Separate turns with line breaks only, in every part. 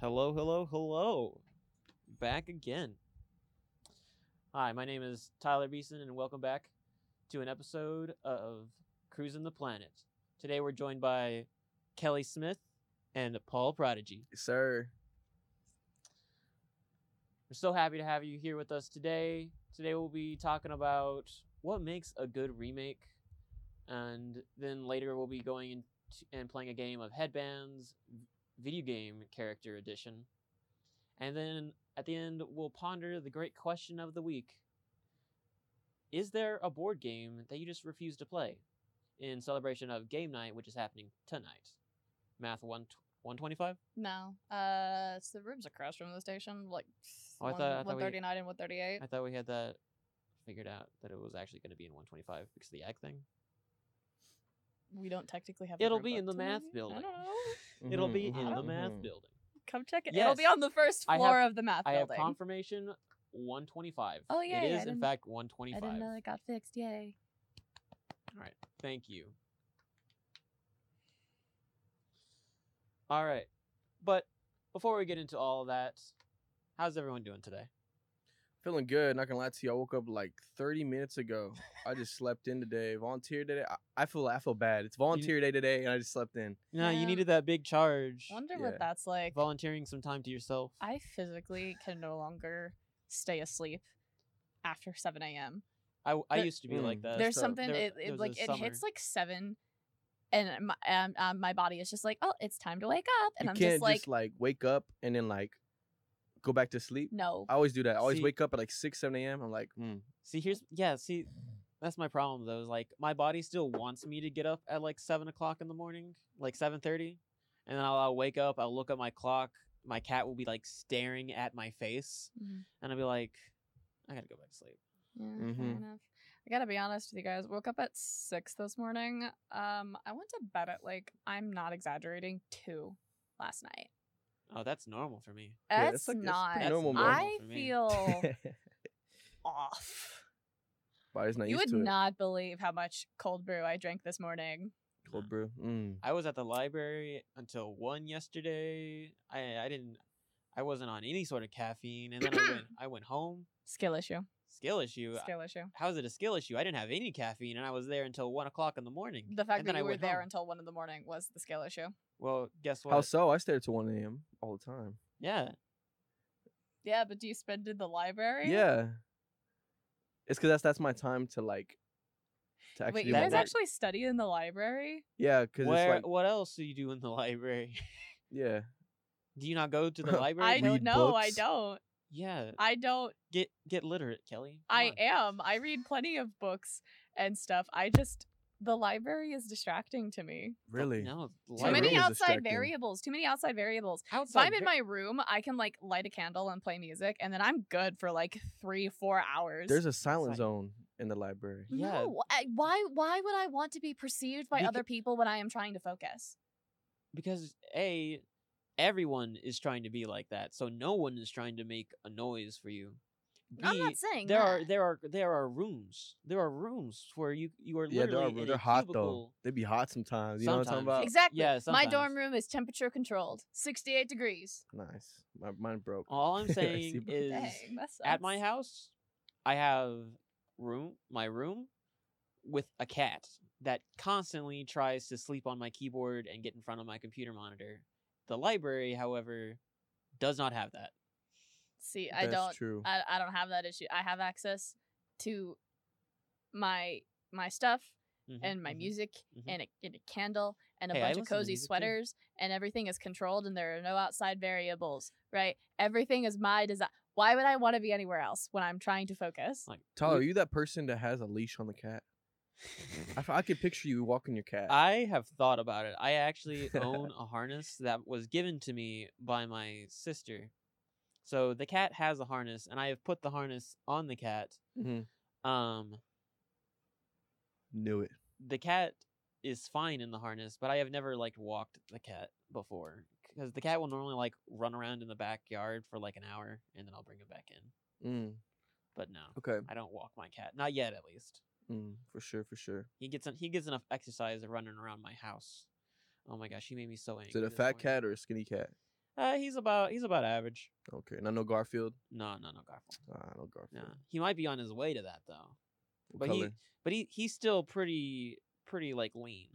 Hello, hello, hello. Back again. Hi, my name is Tyler Beeson, and welcome back to an episode of Cruising the Planet. Today we're joined by Kelly Smith and Paul Prodigy.
sir.
We're so happy to have you here with us today. Today we'll be talking about what makes a good remake, and then later we'll be going into and playing a game of Headbands Video Game Character Edition. And then at the end, we'll ponder the great question of the week Is there a board game that you just refuse to play in celebration of game night, which is happening tonight? Math 1 125?
No. Uh, it's the rooms across from the station, like
Oh, I thought-
one
I thought we-
one thirty nine and one thirty eight.
I thought we had that figured out that it was actually going to be in 125 because of the egg thing.
We don't technically have.
It'll
room
be in the
booked,
math
maybe?
building.
I don't know.
It'll be
Mm-hmm,
in the
mhm,
math building.
Come check it. It'll be
Yes.
on the first
I have-
floor of the math
I have
building.
confirmation 125.
Oh,
It
yay, I
is, in
didn't-
fact,
I
125.
didn't know it got fixed. Yay!
All right. Thank you. All right. But before we get into all of that, how's everyone doing today?
Feeling good. Not gonna lie to you. I woke up like 30 minutes ago. I just slept in today. Volunteer today. I, I feel I feel bad. It's volunteer day today, and I just slept in.
No, you
Yeah.
needed that big charge.
Wonder
Yeah.
what that's like.
Volunteering some time to yourself.
I physically can no longer stay asleep after seven a.m.
I, I
there-
used to be like
Mm.
that.
There's
so
something
there-
it,
there was
it
a
like it
summer.
hits like seven. And my um, um, my body is just like, oh, it's time to wake up, and
you
I'm
can't
just like,
wake up and then like go back to sleep.
no,
I always do that. I always
See-
wake up at like 6, 7 a.m. I'm like, mm,
See, here's yeah. See, that's my problem though. Is like my body still wants me to get up at like seven o'clock in the morning, like seven thirty, and then I'll, I'll wake up. I'll look at my clock. My cat will be like staring at my face,
Mhm.
and I'll be like, I gotta go back to sleep.
Yeah, fair
Mhm.
enough. I gotta be honest with you guys. Woke up at six this morning. Um, I went to bed at like I'm not exaggerating two last night.
Oh, that's normal for me.
Yeah,
that's
that's like- that's
not.
pretty
That's
normal, bro.
I
for me.
feel off.
body's not
You
used
would
to it.
not believe how much cold brew I drank this morning.
Cold brew. Mm.
I was at the library until one yesterday. I I didn't. I wasn't on any sort of caffeine, and then I went. I went home.
Skill issue.
Skill issue.
uh,
Skill issue.
How is it a skill issue? I didn't have any caffeine, and I was there until one o'clock in the morning.
The fact
and
that
then I
you were
went
there
home.
until one in the morning was the skill issue.
Well, guess what?
How so? I stay up till 1 a.m. all the time.
Yeah.
Yeah, but do you spend in the library?
Yeah. It's because that's that's my time to like. To actually
Wait, you
do my
guys
work.
actually study in the library?
Yeah, because it's
Where?
like
what else do you do in the library?
yeah.
do you not go to the
I
library?
I
No-
don't
Read
know. I
books?
don't.
Yeah.
I don't
Get get literate, Kelly. Come
I
on.
am. I read plenty of books and stuff. I just the library is distracting to me.
Really?
No. the
Too many
Library
library-
is
outside
distracting.
variables. Too many outside variables. If
outside.
I'm in
ver-
my room, I can like light a candle and play music, and then I'm good for like three, four hours.
There's a silent
like-
zone in the library.
yeah.
No, I, why? Why would I want to be perceived by
Beca-
other people when I am trying to focus?
because a everyone is trying to be like that, so no one is trying to make a noise for you. B,
I'm not saying
there
that.
are there are there are rooms. There are rooms where you you are
Yeah,
literally
they're,
in
they're
a
hot though.
cubicle.
They be hot sometimes. You know what I'm
Sometimes.
talking
exactly.
Yeah,
My
sometimes.
dorm room is temperature controlled, 68 degrees.
about? Nice. My mine broke.
All I'm
I see
saying
what-
is
Dang, that
at my
sucks.
house i have room my room with a cat that constantly tries to sleep on my keyboard and get in front of my computer monitor the library however does not have that
See, I
That's
don't.
True.
I, I don't have that issue. I have access to my my stuff
Mhm,
and my
mhm.
music
mhm.
and, a, and a candle and a
Hey, I
bunch of
listen to
cozy
music too.
sweaters and everything is controlled and there are no outside variables, right? Everything is my design. Why would I want to be anywhere else when I'm trying to focus?
like
Tyler, are
we-
you that person that has a leash on the cat? I, f- I could picture you walking your cat.
i have thought about it i actually own a harness that was given to me by my sister so the cat has a harness and i have put the harness on the cat
Mhm.
um
Knew it.
the cat is fine in the harness, but I have never like walked the cat before because the cat will normally like run around in the backyard for like an hour and then I'll bring him back in.
Mm,
But no,
okay.
I don't walk my cat, not yet at least.
Mm, for sure. For sure.
He gets en- he gets enough exercise of running around my house. Oh my gosh, she made me so angry.
Is it a
this
fat
morning.
cat or a skinny cat?
Uh, he's about he's about average.
Okay, not no Garfield.
No, no, no, Garfield.
Ah, no Garfield.
No, he might be on his way to that though.
What
but he-
color?
But he he's still pretty pretty like lean.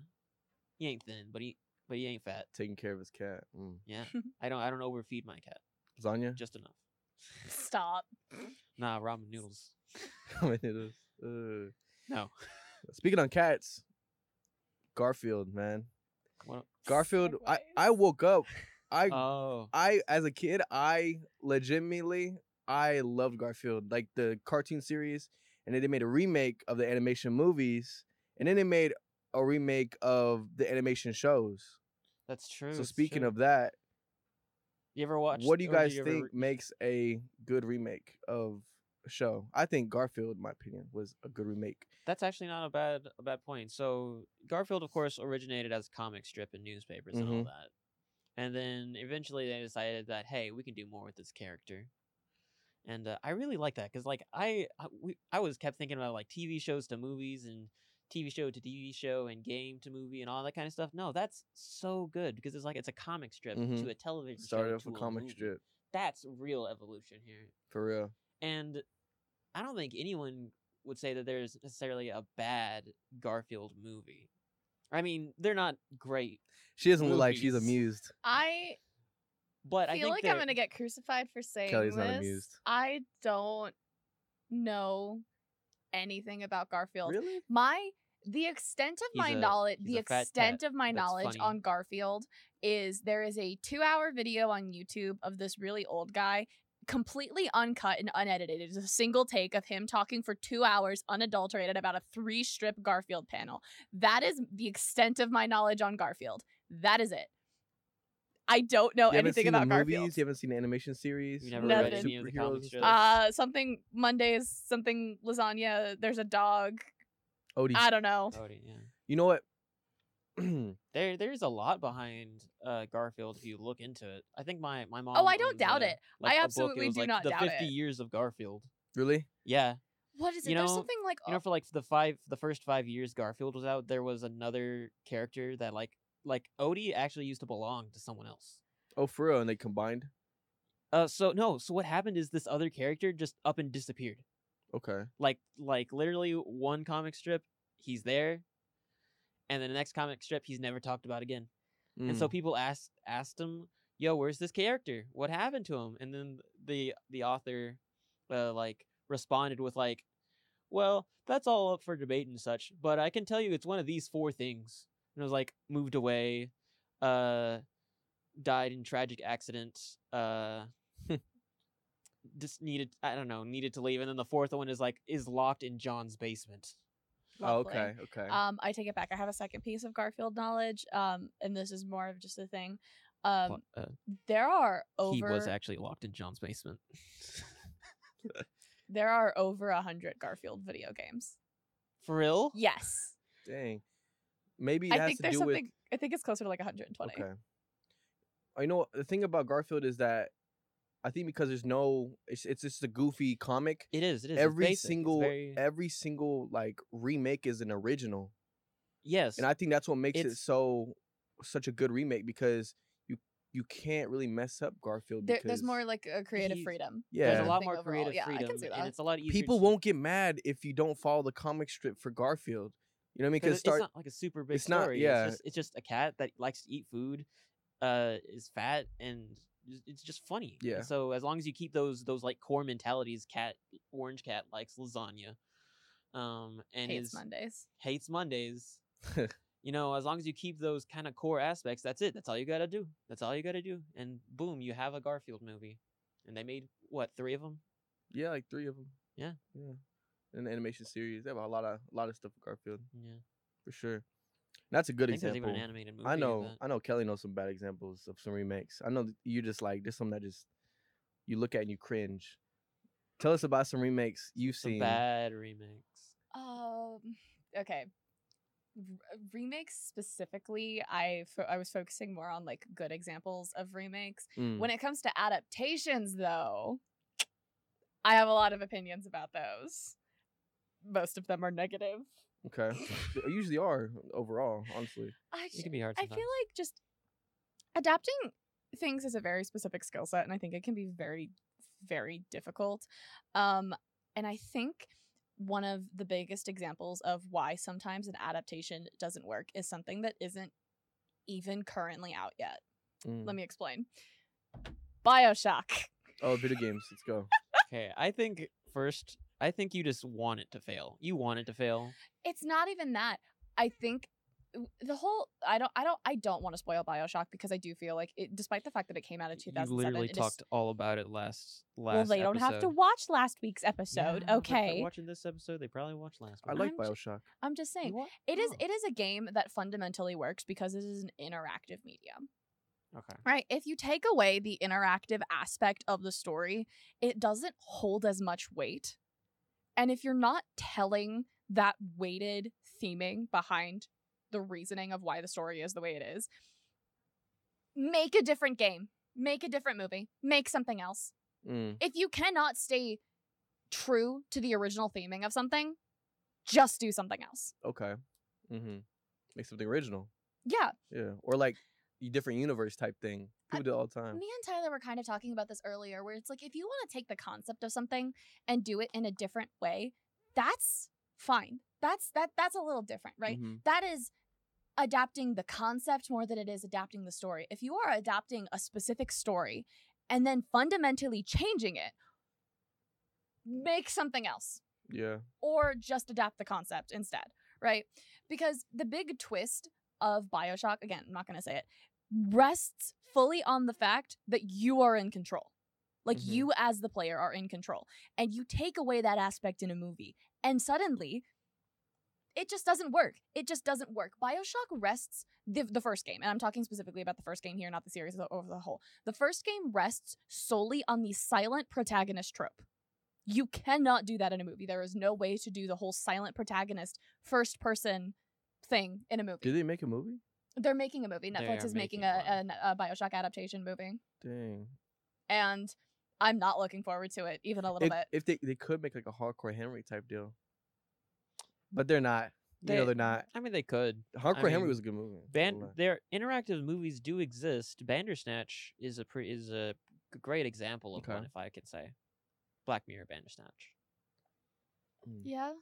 He ain't thin, but he but he ain't fat.
Taking care of his cat. Mm.
Yeah, I don't I don't overfeed my cat.
Lasagna.
Just enough.
Stop.
Nah, ramen noodles.
I mean, it is. Ugh.
No.
Speaking on cats, Garfield, man.
What-
Garfield, I, I
Segways.
woke up. I
Oh,
I as a kid, I legitimately I loved Garfield, like the cartoon series, and then they made a remake of the animation movies, and then they made a remake of the animation shows.
that's true.
so
it's
speaking
true.
of that,
you ever watch?
what do you guys think makes a good remake of a show? I think Garfield, in my opinion, was a good remake.
That's actually not a bad a bad point. So Garfield, of course, originated as a comic strip in newspapers and all
Mhm.
that, and then eventually they decided that hey, we can do more with this character, and uh, I really like that because like I I, we, I was kept thinking about like TV shows to movies and TV show to TV show and game to movie and all that kind of stuff. No, that's so good because it's like it's a comic strip
Mhm.
to a television
Started
show
off
to
a comic
movie.
strip
That's real evolution here.
for real.
And I don't think anyone would say that there's necessarily a bad Garfield movie. I mean, they're not great,
She doesn't look like she's
Movies.
amused.
I
but I
feel
think
like I'm
they're-
gonna get crucified for saying
Kelly's
this.
not amused.
I don't know anything about Garfield.
Really?
My the extent of
He's
my
a-
knowledge
he's
the
a fat
extent
cat.
of my
That's
knowledge
funny.
on Garfield is there is a 2-hour video on YouTube of this really old guy completely uncut and unedited. It is a single take of him talking for 2 hours unadulterated about a 3-strip Garfield panel. That is the extent of my knowledge on Garfield. That is it. I don't know
You haven't
Oh, anything
seen the
about
movies?
Garfield.
You haven't seen the animation series?
You've never
read
like
any of the
superheroes
comic
and
strips?
stuff?
Uh something Mondays, something lasagna, there's a dog.
Odie,
I don't know.
Already, yeah.
Oh, you know what?
There, there's a lot behind uh, Garfield if you look into it. I think my my mom.
Oh, I don't
owns
doubt
a-
it.
like, a
I
book, it
absolutely
was
do
like
not
the
doubt
50
it.
years of Garfield.
really?
Yeah,
What is it?
You
There's
know-
something like
you know, for like the five, the first five years Garfield was out, there was another character that like like Odie actually used to belong to someone else.
Oh, for real? And they combined?
Uh, so no, so what happened is this other character just up and disappeared.
Okay.
like like literally one comic strip he's there and then the next comic strip he's never talked about again and so
Mm.
people asked asked him yo where's this character what happened to him and then the the author uh, like responded with like well that's all up for debate and such but i can tell you it's one of these four things and it was like moved away uh died in tragic accident uh just needed i don't know needed to leave and then the fourth one is like is locked in john's basement
Oh,
Lovely.
okay. Okay.
Um, I take it back. I have a second piece of Garfield knowledge. Um, and this is more of just a thing. Um,
uh,
there are
he was
over
actually locked in john's basement
there are over a hundred Garfield video games.
for real
Yes,
Dang. Maybe it
I
has
think
to
there's
do with.
something. I think it's closer to like 120.
Okay. I know the thing about Garfield is that I think because there's no, it's it's just a goofy comic.
it is it is it's
Every
basic, it's
single- e,
very-
Every single like remake is an original,
yes
and I think that's what makes it
It's-
so such a good remake because you you can't really mess up Garfield.
There,
because
there's more like a creative
He's-
freedom.
there's
Yeah.
a lot
thing
more
overall.
creative
Yeah, I
freedom
can see
and
that.
it's a lot easier
people
to-
won't get mad if you don't follow the comic strip for Garfield. You know what I mean? Because
it's
start
not like a super big
it's not-
story.
yeah.
It's just, it's just a cat that likes to eat food, uh, is fat, and it's- it's just funny. And
Yeah.
so as long as you keep those those like core mentalities, cat orange cat likes lasagna, um, and
Hates
is
Mondays.
hates Mondays. you know, as long as you keep those kind of core aspects, that's it. That's all you gotta do. That's all you gotta do, and boom, you have a Garfield movie. And they made what three of them?
yeah, like three of them.
Yeah.
yeah. In the animation series, they have a lot of a lot of stuff with Garfield
Yeah,
for sure. And that's a good
I think there's
example.
even an animated movie.
I
of
know,
that.
I know. Kelly knows some bad examples of some remakes. I know th- you just like there's some that just you look at and you cringe. Tell us about some remakes you've
Some
seen.
bad remakes.
Um. Okay. R- remakes specifically, I fo- I was focusing more on like good examples of remakes.
Mm.
When it comes to adaptations, though, I have a lot of opinions about those. Most of them are negative.
okay, they usually are overall, honestly.
I,
It
ju-
can be hard.
I
Sometimes.
feel like just adapting things is a very specific skill set, and I think it can be very, very difficult. Um, and I think one of the biggest examples of why sometimes an adaptation doesn't work is something that isn't even currently out yet.
Mm.
Mm.
Let me explain. Bioshock.
Oh, video games. Let's go.
Okay, I think first, I think you just want it to fail. You want it to fail.
It's not even that. I think w- the whole I don't I don't I don't want to spoil BioShock because I do feel like it despite the fact that it came out in
You
2007
literally
it is-
talked all about it last last.
Well, they don't have to
episode.
watch last week's episode,
Yeah, but if they're
okay?
watching this episode, they probably watched last.
I
one.
like
I'm j-
Bioshock.
I'm just saying.
You want-
It is
oh,
it is a game that fundamentally works because it is an interactive medium.
okay.
Right? If you take away the interactive aspect of the story, it doesn't hold as much weight. And if you're not telling that weighted theming behind the reasoning of why the story is the way it is, make a different game. Make a different movie. Make something else.
Mm.
If you cannot stay true to the original theming of something, just do something else.
Okay. Mm-hmm. Make something original.
Yeah,
Yeah. Or like y- different universe type thing.
I-
People do it all the time.
Me and Tyler were kind of talking about this earlier, where it's like if you want to take the concept of something and do it in a different way, that's fine. That's that that's a little different, right?
Mhm.
That is adapting the concept more than it is adapting the story. If you are adapting a specific story and then fundamentally changing it, make something else
Yeah.
or just adapt the concept instead, right? Because the big twist of Bioshock, again, I'm not going to say it, rests fully on the fact that you are in control. Like
Mhm.
you, as the player, are in control. And you take away that aspect in a movie, and suddenly it just doesn't work. It just doesn't work. Bioshock rests the, the first game, and I'm talking specifically about the first game here, not the series as a- over the whole. The first game rests solely on the silent protagonist trope. You cannot do that in a movie. There is no way to do the whole silent protagonist first person thing in a movie.
Did they make a movie?
They're making a movie.
They
Netflix
are
is making,
making
a,
one.
an- a Bioshock adaptation movie,
Dang.
and I'm not looking forward to it even a little
If,
bit.
if they they could make like a hardcore Henry type deal, but they're not. You know they're not.
I mean, they could.
Hardcore Henry
mean,
was a good movie.
Ban-
Hold on.
their interactive movies do exist. Bandersnatch is a pre- is a g- great example of
Okay.
one, if I could say. Black Mirror Bandersnatch.
Mm.
Yeah.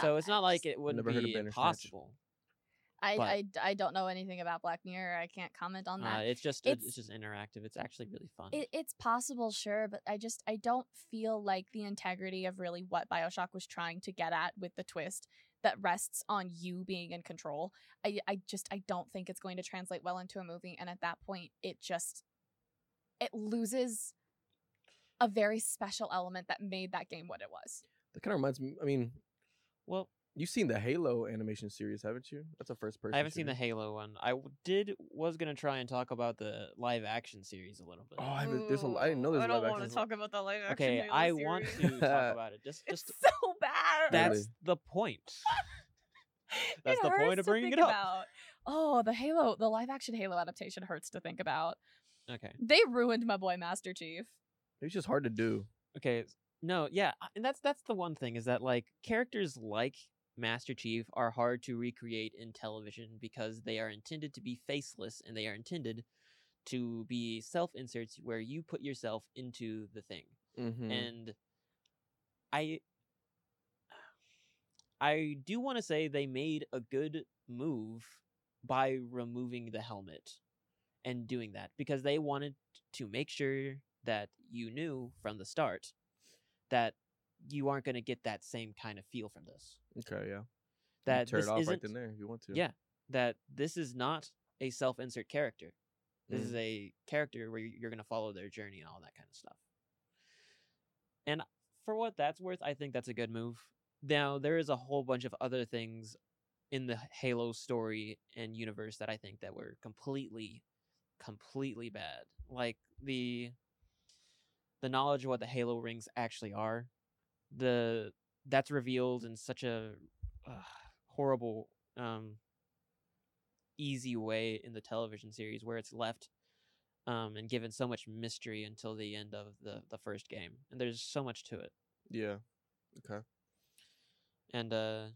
So it's
I
not like
Uh, just-
it wouldn't
Never heard of
be
Bandersnatch.
impossible.
I,
but-
I, I don't know anything about Black Mirror. I can't comment on that.
Uh, it's just it's,
It's-
just interactive. It's actually really fun.
It, it's possible, sure, but I just I don't feel like the integrity of really what Bioshock was trying to get at with the twist that rests on you being in control. I I just I don't think it's going to translate well into a movie, and at that point, it just it loses a very special element that made that game what it was.
That kind of reminds me. I mean,
well,
you've seen the Halo animation series, haven't you? That's a first person.
I haven't seen the Halo one. I w- did was gonna try and talk about the live action series a little bit.
Oh, I haven't- there's a- I didn't know there's a live action.
about the live
okay, I want to talk about it. Just just
so bad.
that's
Really?
the point. That's the point
hurts
of
to
bringing
think
it up.
about. Oh, the Halo, the live action Halo adaptation hurts to think about.
Okay.
They ruined my boy Master Chief.
It's just hard to do.
Okay. s- No, yeah, I- and that's that's the one thing is that like characters like Master Chief are hard to recreate in television because they are intended to be faceless and they are intended to be self inserts where you put yourself into the thing.
Mm-hmm.
and i i do want to say they made a good move by removing the helmet and doing that because they wanted to make sure that you knew from the start that you aren't going to get that same kind of feel from this
okay, yeah. You
that
tear
this
it off right
isn't
then there if you want to.
yeah that this is not a self-insert character this
Mm.
is a character where you- you're going to follow their journey and all that kind of stuff. And for what that's worth, I think that's a good move. Now, there is a whole bunch of other things in the Halo story and universe that I think that were completely completely bad. Like the the knowledge of what the Halo rings actually are. The that's revealed in such a uh, horrible um easy way in the television series where it's left um, and given so much mystery until the end of the, the first game. And there's so much to it.
Yeah. Okay.
And uh,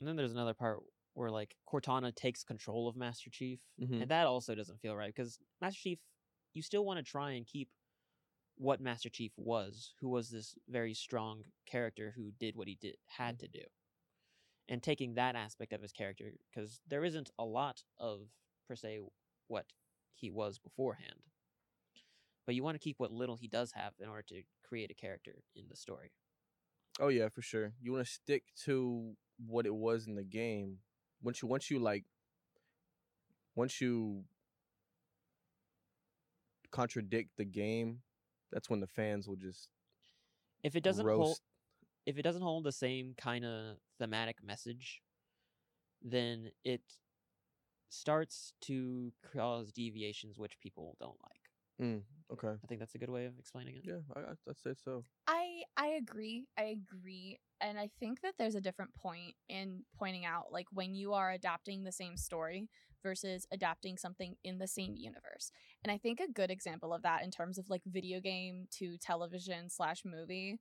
and then there's another part where like Cortana takes control of Master Chief,
Mhm.
and that also doesn't feel right because Master Chief, you still want to try and keep what Master Chief was, who was this very strong character who did what he did had to do, and taking that aspect of his character because there isn't a lot of per se what he was beforehand, but you want to keep what little he does have in order to create a character in the story.
Oh yeah, for sure. You want to stick to what it was in the game. Once you once you like once you contradict the game, that's when the fans will just
If it doesn't hold,
roast.
if it doesn't hold the same kind of thematic message, then it starts to cause deviations which people don't like.
Mm, okay.
I think that's a good way of explaining it.
Yeah, I I- I'd say so.
I I agree. I agree. And I think that there's a different point in pointing out like when you are adapting the same story versus adapting something in the same universe. And I think a good example of that in terms of like video game to television slash movie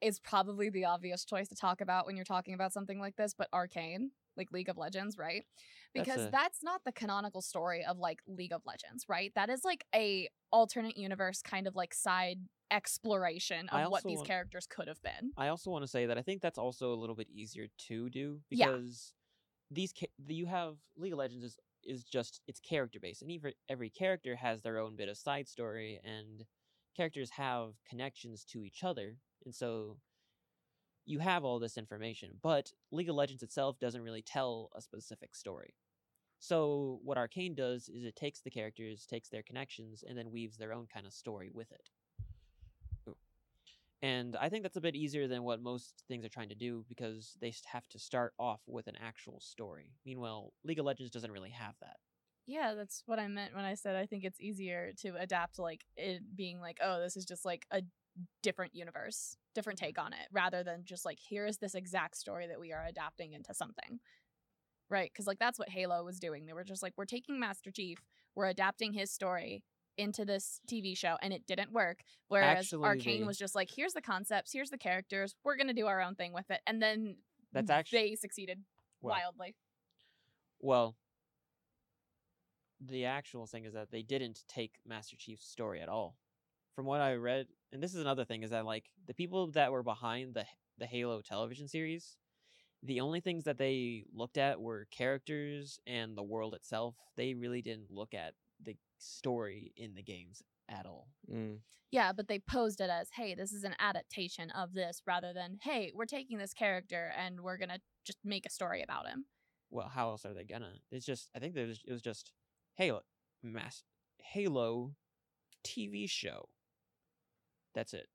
is probably the obvious choice to talk about when you're talking about something like this, but Arcane, like League of Legends, right?
That's
Because
a-
that's not the canonical story of like League of Legends, right? That is like a alternate universe kind of like side exploration
I
of what
also
these
want-
characters could have been.
I also want to say that I think that's also a little bit easier to do
Yeah.
because these ca- the- you have League of Legends is is just it's character based, and even every character has their own bit of side story, and characters have connections to each other, and so you have all this information. But League of Legends itself doesn't really tell a specific story. So what Arcane does is it takes the characters, takes their connections, and then weaves their own kind of story with it. And I think that's a bit easier than what most things are trying to do because they s- have to start off with an actual story. Meanwhile, League of Legends doesn't really have that.
Yeah, that's what I meant when I said I think it's easier to adapt like it being like, oh, this is just like a different universe, different take on it, rather than just like here is this exact story that we are adapting into something. Right? Cuz like that's what Halo was doing. They were just like we're taking Master Chief, we're adapting his story into this TV show and it didn't work. Whereas
Actually,
Arcane
the-
was just like here's the concepts, here's the characters, we're going to do our own thing with it. And then
That's actually
Mm-hmm. they succeeded
well,
wildly.
well. The actual thing is that they didn't take Master Chief's story at all. From what I read, and this is another thing is that like the people that were behind the H- the Halo television series, the only things that they looked at were characters and the world itself. They really didn't look at the story in the games at all.
Mm.
Yeah, but they posed it as, hey, this is an adaptation of this rather than, hey, we're taking this character and we're going to just make a story about him.
well, how else are they gonna? It's just I think there's it was just Halo mass Halo TV show. That's it.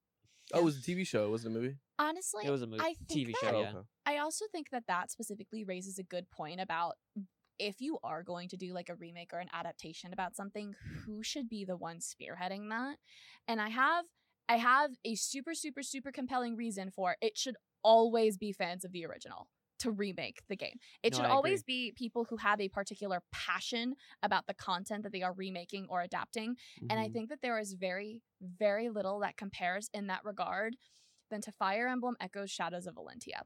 Oh, it was a TV show. It wasn't a movie.
Honestly,
it was a movie
I think
TV show.
that-
Oh,
Yeah.
okay.
I also think that that specifically raises a good point about mm, if you are going to do like a remake or an adaptation about something, who should be the one spearheading that? And I have I have a super super super compelling reason for it. it should always be fans of the original to remake the game. It
No,
should
I
always be people who have a particular passion about the content that they are remaking or adapting and I
Mm-hmm.
Mhm.
think that there is very, very little that compares in that regard than to Fire Emblem Echoes Shadows of Valentia.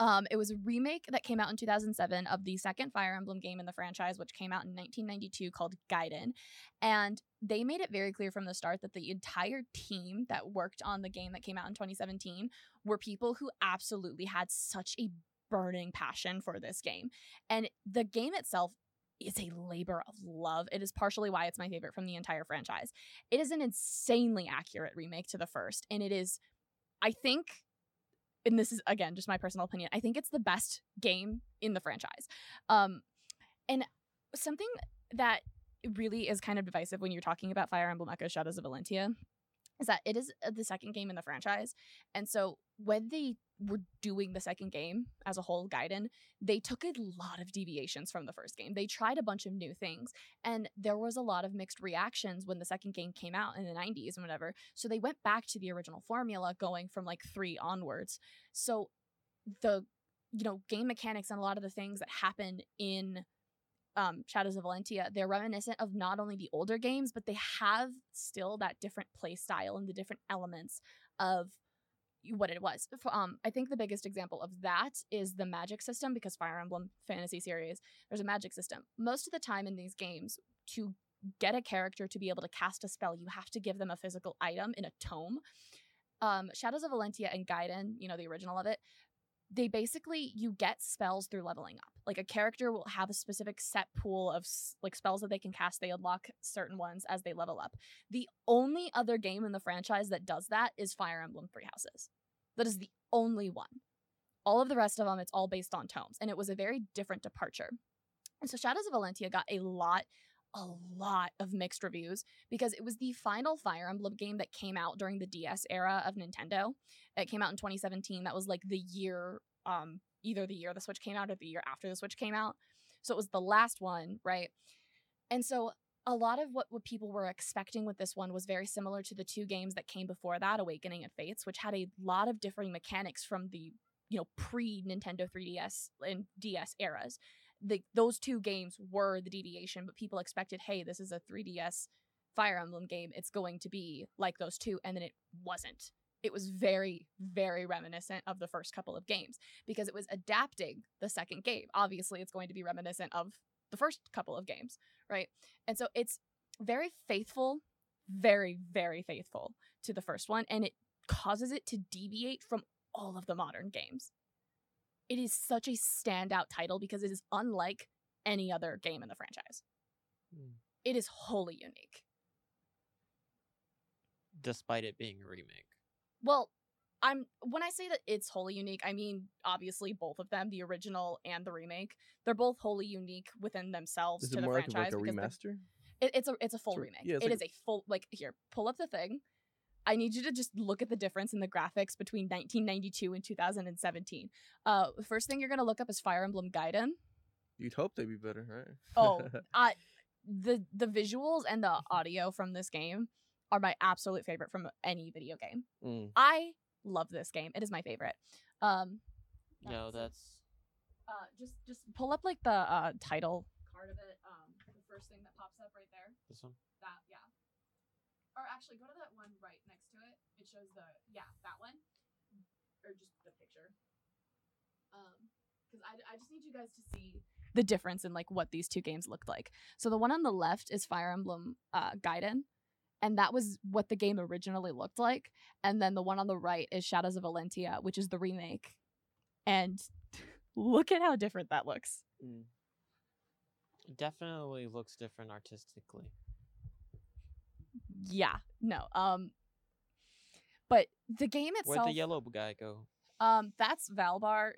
Um, it was a remake that came out in 2007 of the second Fire Emblem game in the franchise, which came out in 1992 called Gaiden. And they made it very clear from the start that the entire team that worked on the game that came out in 2017 were people who absolutely had such a burning passion for this game. And the game itself is a labor of love. It is partially why it's my favorite from the entire franchise. It is an insanely accurate remake to the first, and it is, I think, and this is again just my personal opinion. I think it's the best game in the franchise. Um, and something that really is kind of divisive when you're talking about Fire Emblem Echo Shadows of Valentia is that it is uh, the second game in the franchise, and so when they were doing the second game as a whole, Gaiden, they took a lot of deviations from the first game. They tried a bunch of new things, and there was a lot of mixed reactions when the second game came out in the 90s and whatever. So they went back to the original formula going from like 3 onwards. So the you know, game mechanics and a lot of the things that happen in um, Shadows of Valentia, they're reminiscent of not only the older games, but they have still that different play style and the different elements of what it was. F- Um, I think the biggest example of that is the magic system because Fire Emblem Fantasy series, there's a magic system. Most of the time in these games, to get a character to be able to cast a spell, you have to give them a physical item in a tome. Um, Shadows of Valentia and Gaiden, you know, the original of it, they basically you get spells through leveling up. Like a character will have a specific set pool of s- like spells that they can cast. They unlock certain ones as they level up. The only other game in the franchise that does that is Fire Emblem Three Houses. That is the only one. All of the rest of them, it's all based on tomes, and it was a very different departure. And so Shadows of Valentia got a lot, a lot of mixed reviews because it was the final Fire Emblem game that came out during the DS era of Nintendo. It came out in 2017. That was like the year, um, either the year the Switch came out or the year after the Switch came out. So it was the last one, right? And so a lot of what, what people were expecting with this one was very similar to the two games that came before that, Awakening and Fates, which had a lot of differing mechanics from the you know pre Nintendo 3DS and DS eras. The, those two games were the deviation, but people expected, hey, this is a 3DS Fire Emblem game. It's going to be like those two, and then it wasn't. It was very, very reminiscent of the first couple of games because it was adapting the second game. Obviously, it's going to be reminiscent of the first couple of games, right? And so it's very faithful, very, very faithful to the first one, and it causes it to deviate from all of the modern games. It is such a standout title because it is unlike any other game in the franchise.
Hmm.
It is wholly unique.
despite it being a remake.
Well, I'm when I say that it's wholly unique, I mean obviously both of them, the original and the remake, they're both wholly unique within themselves
Is
to
it
the
more like, of,
franchise
like a
because they're-
remaster?
It, it's a it's a full
Sure.
remake.
Yeah, it's
it
like
is a full like here. Pull up the thing. I need you to just look at the difference in the graphics between 1992 and 2017. Uh, the first thing you're gonna look up is Fire Emblem Gaiden.
You'd hope they'd be better, right?
Oh, I the the visuals and the
Mm-hmm.
audio from this game are my absolute favorite from any video game.
Mm.
I love this game. It is my favorite. Um,
No,
that's-
that's
uh, just just pull up like the uh title card of it. Um, the first thing that pops up right there.
this one.
That yeah. Or actually, go to that one right next to it. It shows the yeah that one, or just the picture. Um, because I I just need you guys to see the difference in like what these two games looked like. So the one on the left is Fire Emblem uh, Gaiden. And that was what the game originally looked like. And then the one on the right is Shadows of Valentia, which is the remake. And look at how different that looks.
It definitely looks different artistically.
Yeah, no. Um, but the game itself.
Where'd the yellow guy go?
Um, that's Valbar.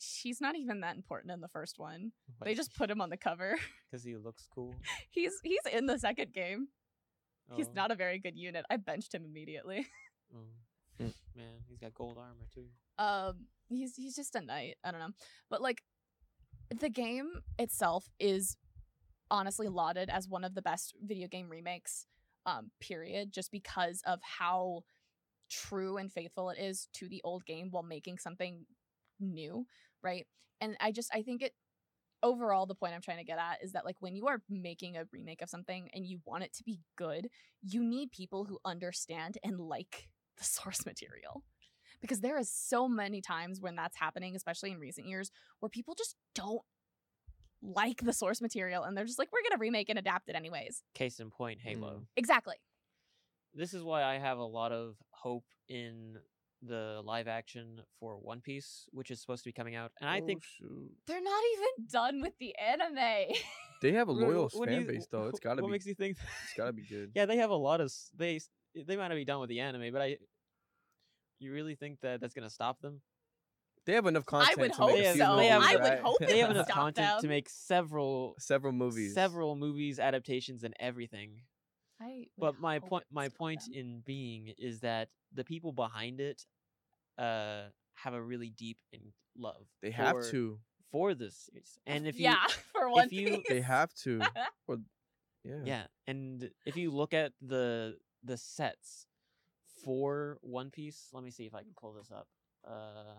She's not even that important in the first one. They just put him on the cover.
because he looks cool.
he's he's in the second game. He's
Oh,
not a very good unit. I benched him immediately.
oh.
Mm.
Man, he's got gold armor too.
Um, he's he's just a knight. I don't know, but like, the game itself is honestly lauded as one of the best video game remakes. Um, period. Just because of how true and faithful it is to the old game while making something new, right? And I just I think it overall the point I'm trying to get at is that like when you are making a remake of something and you want it to be good, you need people who understand and like the source material. Because there is so many times when that's happening, especially in recent years, where people just don't like the source material and they're just like, we're gonna remake and adapt it anyways.
Case in point, Halo.
Mm.
Exactly.
This is why I have a lot of hope in the live action for One Piece, which is supposed to be coming out. And I
Oh,
think
shoot.
They're not even done with the anime.
they have a
Wh-
loyal
what do
fan
you-
base, though. It's
wh-
gotta
What
be.
makes you think?
it's gotta be good.
yeah, they have a lot of s- they. s- They might not be done with the anime, but I. You really think that that's gonna stop them?
They have enough content.
would
to make
hope
a few
so. They
movies,
have- I would
right?
hope
They have
would
enough
stop
content to
them.
make several
several movies.
several movies adaptations and everything
I would
but my
hope
point
it's
my
not
point
them.
in being is that the people behind it uh have a really deep in love
They have
for-
to.
for this series and if you
yeah, for one
you-
They
Piece.
have to. Or, yeah.
yeah and if you look at the the sets for one piece let me see if i can pull this up uh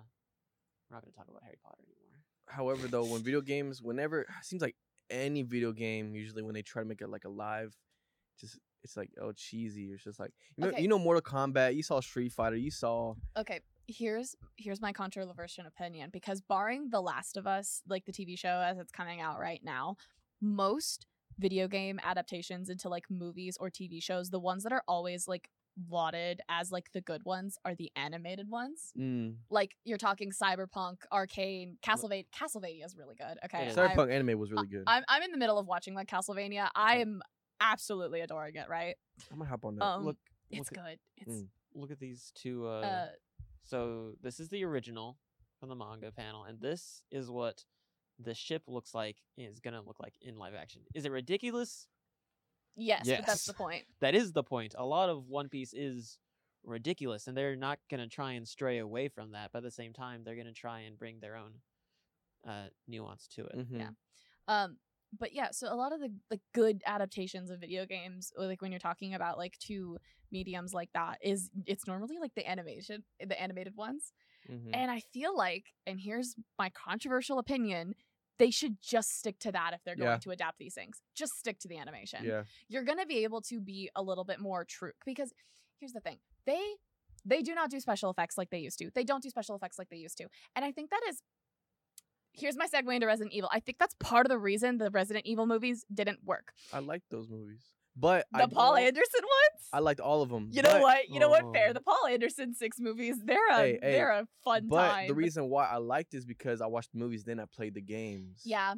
we're not going to talk about harry potter anymore
However, though, when video games, whenever it seems like any video game, usually when they try to make it like a live just it's like oh cheesy. It's just like you know,
Okay.
you know Mortal Kombat. You saw Street Fighter. You saw
Okay, here's here's my controversial opinion because barring The Last of Us, like the TV show as it's coming out right now, most video game adaptations into like movies or TV shows, the ones that are always like lauded as like the good ones are the animated ones.
mm,
Like you're talking Cyberpunk, Arcane, Castlevania. Castlevania is really good. Okay,
Yeah.
I-
Cyberpunk anime was really good. I,
I'm I'm in the middle of watching like Castlevania. I am absolutely adoring it. Right?
am gonna hop on that.
Um,
look,
it's
look, at,
good. It's
Mm.
look at these two. Uh,
uh,
so this is the original from the manga panel, and this is what the ship looks like is gonna look like in live action. Is it ridiculous?
yes, but that's the
yes.
point.
That is the point. A lot of One Piece is ridiculous, and they're not gonna try and stray away from that. But at the same time, they're gonna try and bring their own uh, nuance to it.
Mhm.
yeah. Um, but yeah, so a lot of the like good adaptations of video games, or, like when you're talking about like two mediums like that, is it's normally like the animation, the animated ones.
Mm-hmm. Hmm.
Mhm.
And I feel like, and here's my controversial opinion, they should just stick to that if they're going
Yeah.
to adapt these things. Just stick to the animation.
Yeah.
You're gonna be able to be a little bit more true because here's the thing: they they do not do special effects like they used to. They don't do special effects like they used to, and I think that is here's my segue into Resident Evil. I think that's part of the reason the Resident Evil movies didn't work.
I like those movies, but
The
I
Paul
don't-
Anderson ones.
I liked all of them.
you know
but,
what? You know what? Fair.
Oh.
The Paul Anderson six movies. They're a
Hey, hey,
they're a fun
But
time.
the reason why I liked is because I watched the movies, then I played the games.
yeah,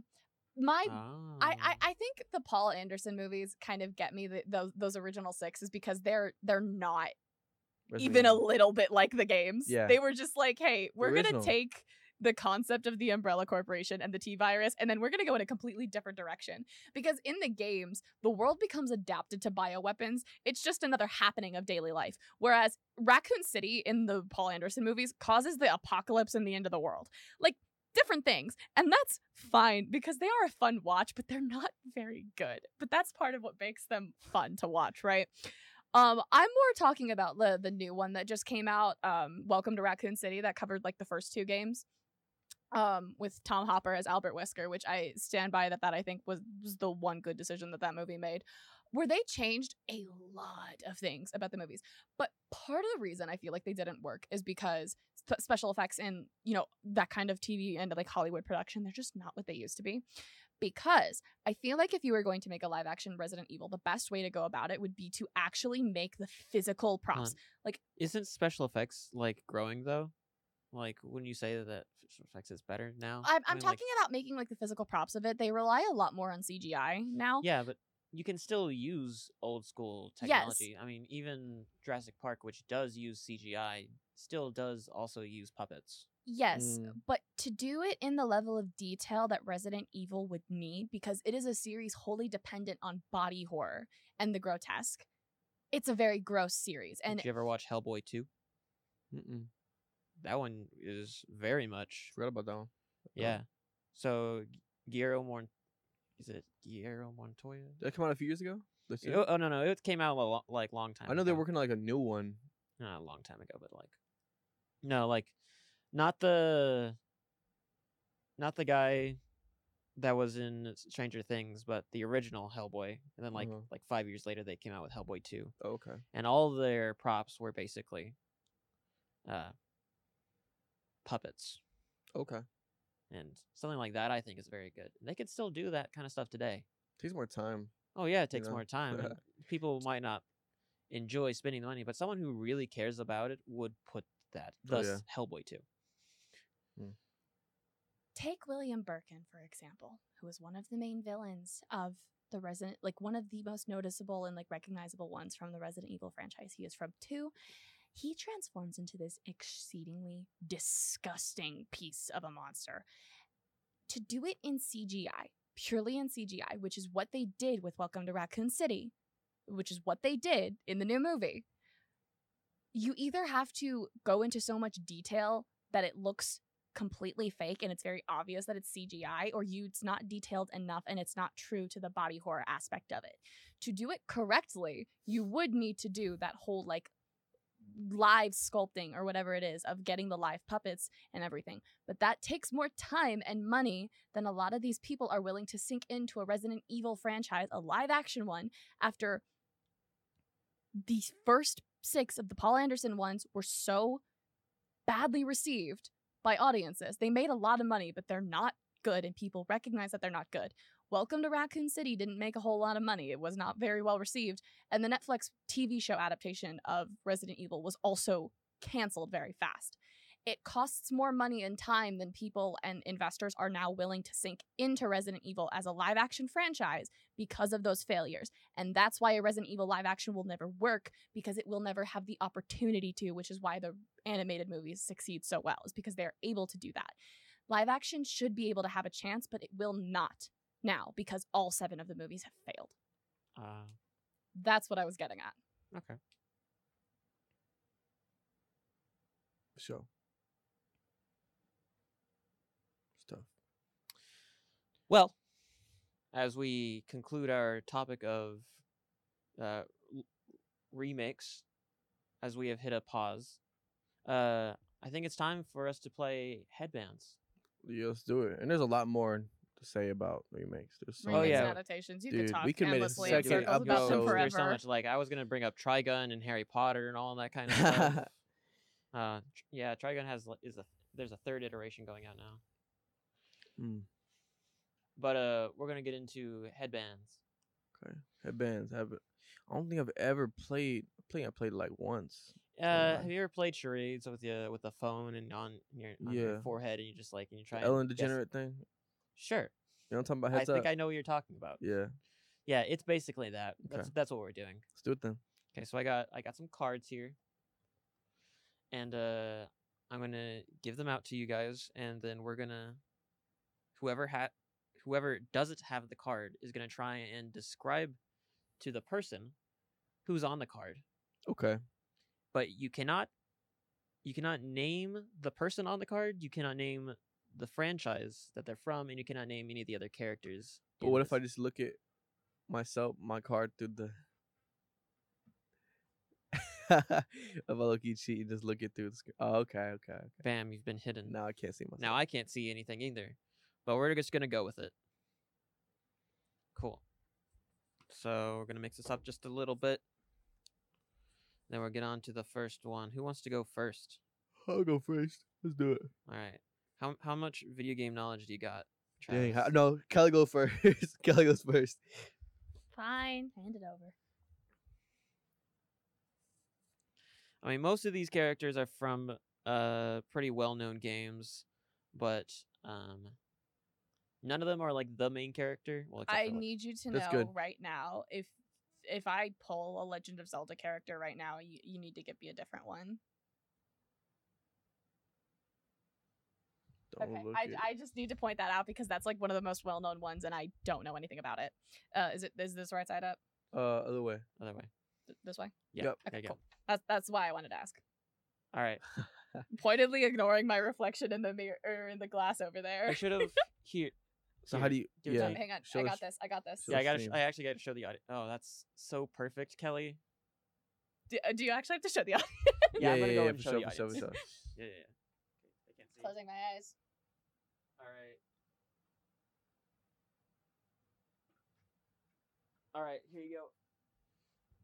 my
Oh.
I, I
Ah.
I think the Paul Anderson movies kind of get me the, those those original six is because they're they're not
Resident
even a
Evil.
little bit like the games.
Yeah.
They were just like, hey, we're gonna
original.
take the concept of the Umbrella Corporation and the T virus, and then we're gonna go in a completely different direction. Because in the games, the world becomes adapted to bioweapons. It's just another happening of daily life. Whereas Raccoon City in the Paul Anderson movies causes the apocalypse and the end of the world. Like different things. And that's fine because they are a fun watch, but they're not very good. But that's part of what makes them fun to watch, right? Um, I'm more talking about the the new one that just came out, um, Welcome to Raccoon City, that covered like the first two games, um, with Tom Hopper as Albert Wesker, which I stand by that that I think was, was the one good decision that that movie made, where they changed a lot of things about the movies. But part of the reason I feel like they didn't work is because sp- special effects in you know that kind of TV and like Hollywood production, they're just not what they used to be, because I feel like if you were going to make a live action Resident Evil, the best way to go about it would be to actually make the physical props.
Isn't special effects like growing though? Like, wouldn't you say that special effects is better now?
I'm,
I
I'm
mean, like,
talking about making like the physical props of it. They rely a lot more on CGI now.
yeah, but you can still use old school
Yes.
technology. I mean, even Jurassic Park, which does use CGI, still does also use puppets.
Yes,
Mm.
but to do it in the level of detail that Resident Evil would need, because it is a series wholly dependent on body horror and the grotesque, it's a very gross series. And
Did you ever watch Hellboy 2?
Mm-mm.
That one is very much
Forgot about that one.
yeah. So Gu- Guillermo Mor- is it Guillermo Montoya?
Did that come out a few years ago? The series?
Oh, oh, no no, it came out a lo- like long time.
I know they're
ago.
working on like a new one.
not a long time ago, but like, no, like, not the, not the guy that was in Stranger Things, but the original Hellboy, and then like
Uh-huh.
like five years later they came out with Hellboy two,
Oh, okay.
and all their props were basically, uh, puppets
Okay.
and something like that. I think is very good. They could still do that kind of stuff today.
Takes more time.
Oh yeah, it takes
know?
more time. and people might not enjoy spending the money, but someone who really cares about it would put that.
Oh,
Thus,
yeah.
Hellboy two.
take William Birkin, for example, who was one of the main villains of the Resident, like one of the most noticeable and like recognizable ones from the Resident Evil franchise. He is from two. He transforms into this exceedingly disgusting piece of a monster. To do it in CGI, purely in CGI, which is what they did with Welcome to Raccoon City, which is what they did in the new movie, you either have to go into so much detail that it looks completely fake and it's very obvious that it's CGI or you it's not detailed enough and it's not true to the body horror aspect of it. To do it correctly, you would need to do that whole like live sculpting or whatever it is of getting the live puppets and everything. But that takes more time and money than a lot of these people are willing to sink into a Resident Evil franchise, a live action one after the first six of the Paul Anderson ones were so badly received by audiences. They made a lot of money, but they're not good, and people recognize that they're not good. Welcome to Raccoon City didn't make a whole lot of money. It was not very well received. And the Netflix TV show adaptation of Resident Evil was also canceled very fast. It costs more money and time than people and investors are now willing to sink into Resident Evil as a live action franchise because of those failures. And that's why a Resident Evil live action will never work because it will never have the opportunity to, which is why the animated movies succeed so well, is because they're able to do that. Live action should be able to have a chance, but it will not now because all seven of the movies have failed.
Uh,
That's what I was getting at.
okay.
Sure. Stuff.
Well, as we conclude our topic of uh, l- remakes, as we have hit a pause, uh, I think it's time for us to play headbands.
Yeah, let's do it. And there's a lot more to say about remakes. There's so
Oh,
Remakes
many.
yeah.
and adaptations. You
Dude,
could talk
we could make a
endlessly
Yeah,
in
do it.
second
circles about them
episode.
forever.
There's so much like I was gonna bring up Trigun and Harry Potter and all that kind of stuff. uh, tr- yeah, Trigun has li- is a there's a third iteration going out now.
Mm.
But uh, we're gonna get into headbands.
Okay. Headbands. Have it. I don't think I've ever played. I think I played like once.
Uh,
Alright.
have you ever played charades with the with the phone and on your, on
Yeah.
your forehead and you just like and you try
Ellen
and guess-
Degenerate thing.
Sure,
You know what I'm talking about?
I
Heads
think
up.
I know what you're talking about. Yeah,
Yeah.
it's basically that. That's that's what we're doing.
Let's do it then.
Okay, so I got I got some cards here, and uh, I'm gonna give them out to you guys, and then we're gonna whoever ha- whoever doesn't have the card is gonna try and describe to the person who's on the card,
Okay.
but you cannot you cannot name the person on the card. You cannot name the franchise that they're from, and you cannot name any of the other characters.
But
in
what if
this.
I just look at myself, my card through the. if I look each sheet and just look it through the screen. Oh, okay, okay. okay.
Bam! You've been hidden.
Now I can't see myself.
Mm. Now I can't see anything either, but we're just gonna go with it. Cool. So we're gonna mix this up just a little bit. Then we'll get on to the first one. Who wants to go first?
I'll go first. Let's do it.
All right. How how much video game knowledge do you got?
Dang, how,
Travis?
no, Kelly go first. Kelly goes first.
Fine. Hand it over.
I mean, most of these characters are from uh pretty well known games, but um, none of them are like the main character. Well, except
I
for, like-
need you to know
That's good.
right now if if I pull a Legend of Zelda character right now, you, you need to give me a different one.
Don't
okay.
Oh, look
I,
it.
I just need to point that out because that's like one of the most well known ones, and I don't know anything about it. Uh, is it is this right side up?
uh, other way.
other way.
Th- This way?
Yeah.
Yep.
There
Okay,
you go.
cool. That's that's why I wanted to ask.
All right.
Pointedly ignoring my reflection in the mirror or in the glass over
I
there.
should have here.
So
here,
how do you?
do it
Yeah.
like-
Hang on,
show
I
us-
got this. I got this.
show
Yeah, I gotta. Sh-
Justine.
I actually gotta show the audience. Oh, that's so perfect, Kelly.
Do, uh, do you actually have to show the audience?
Yeah, I'm
Yeah,
gonna
yeah,
go
yeah,
and
for
show
sure,
the
for sure, for
audience.
sure.
yeah, yeah, yeah. Okay, they can't see.
Closing my eyes.
All right. All right. Here you go.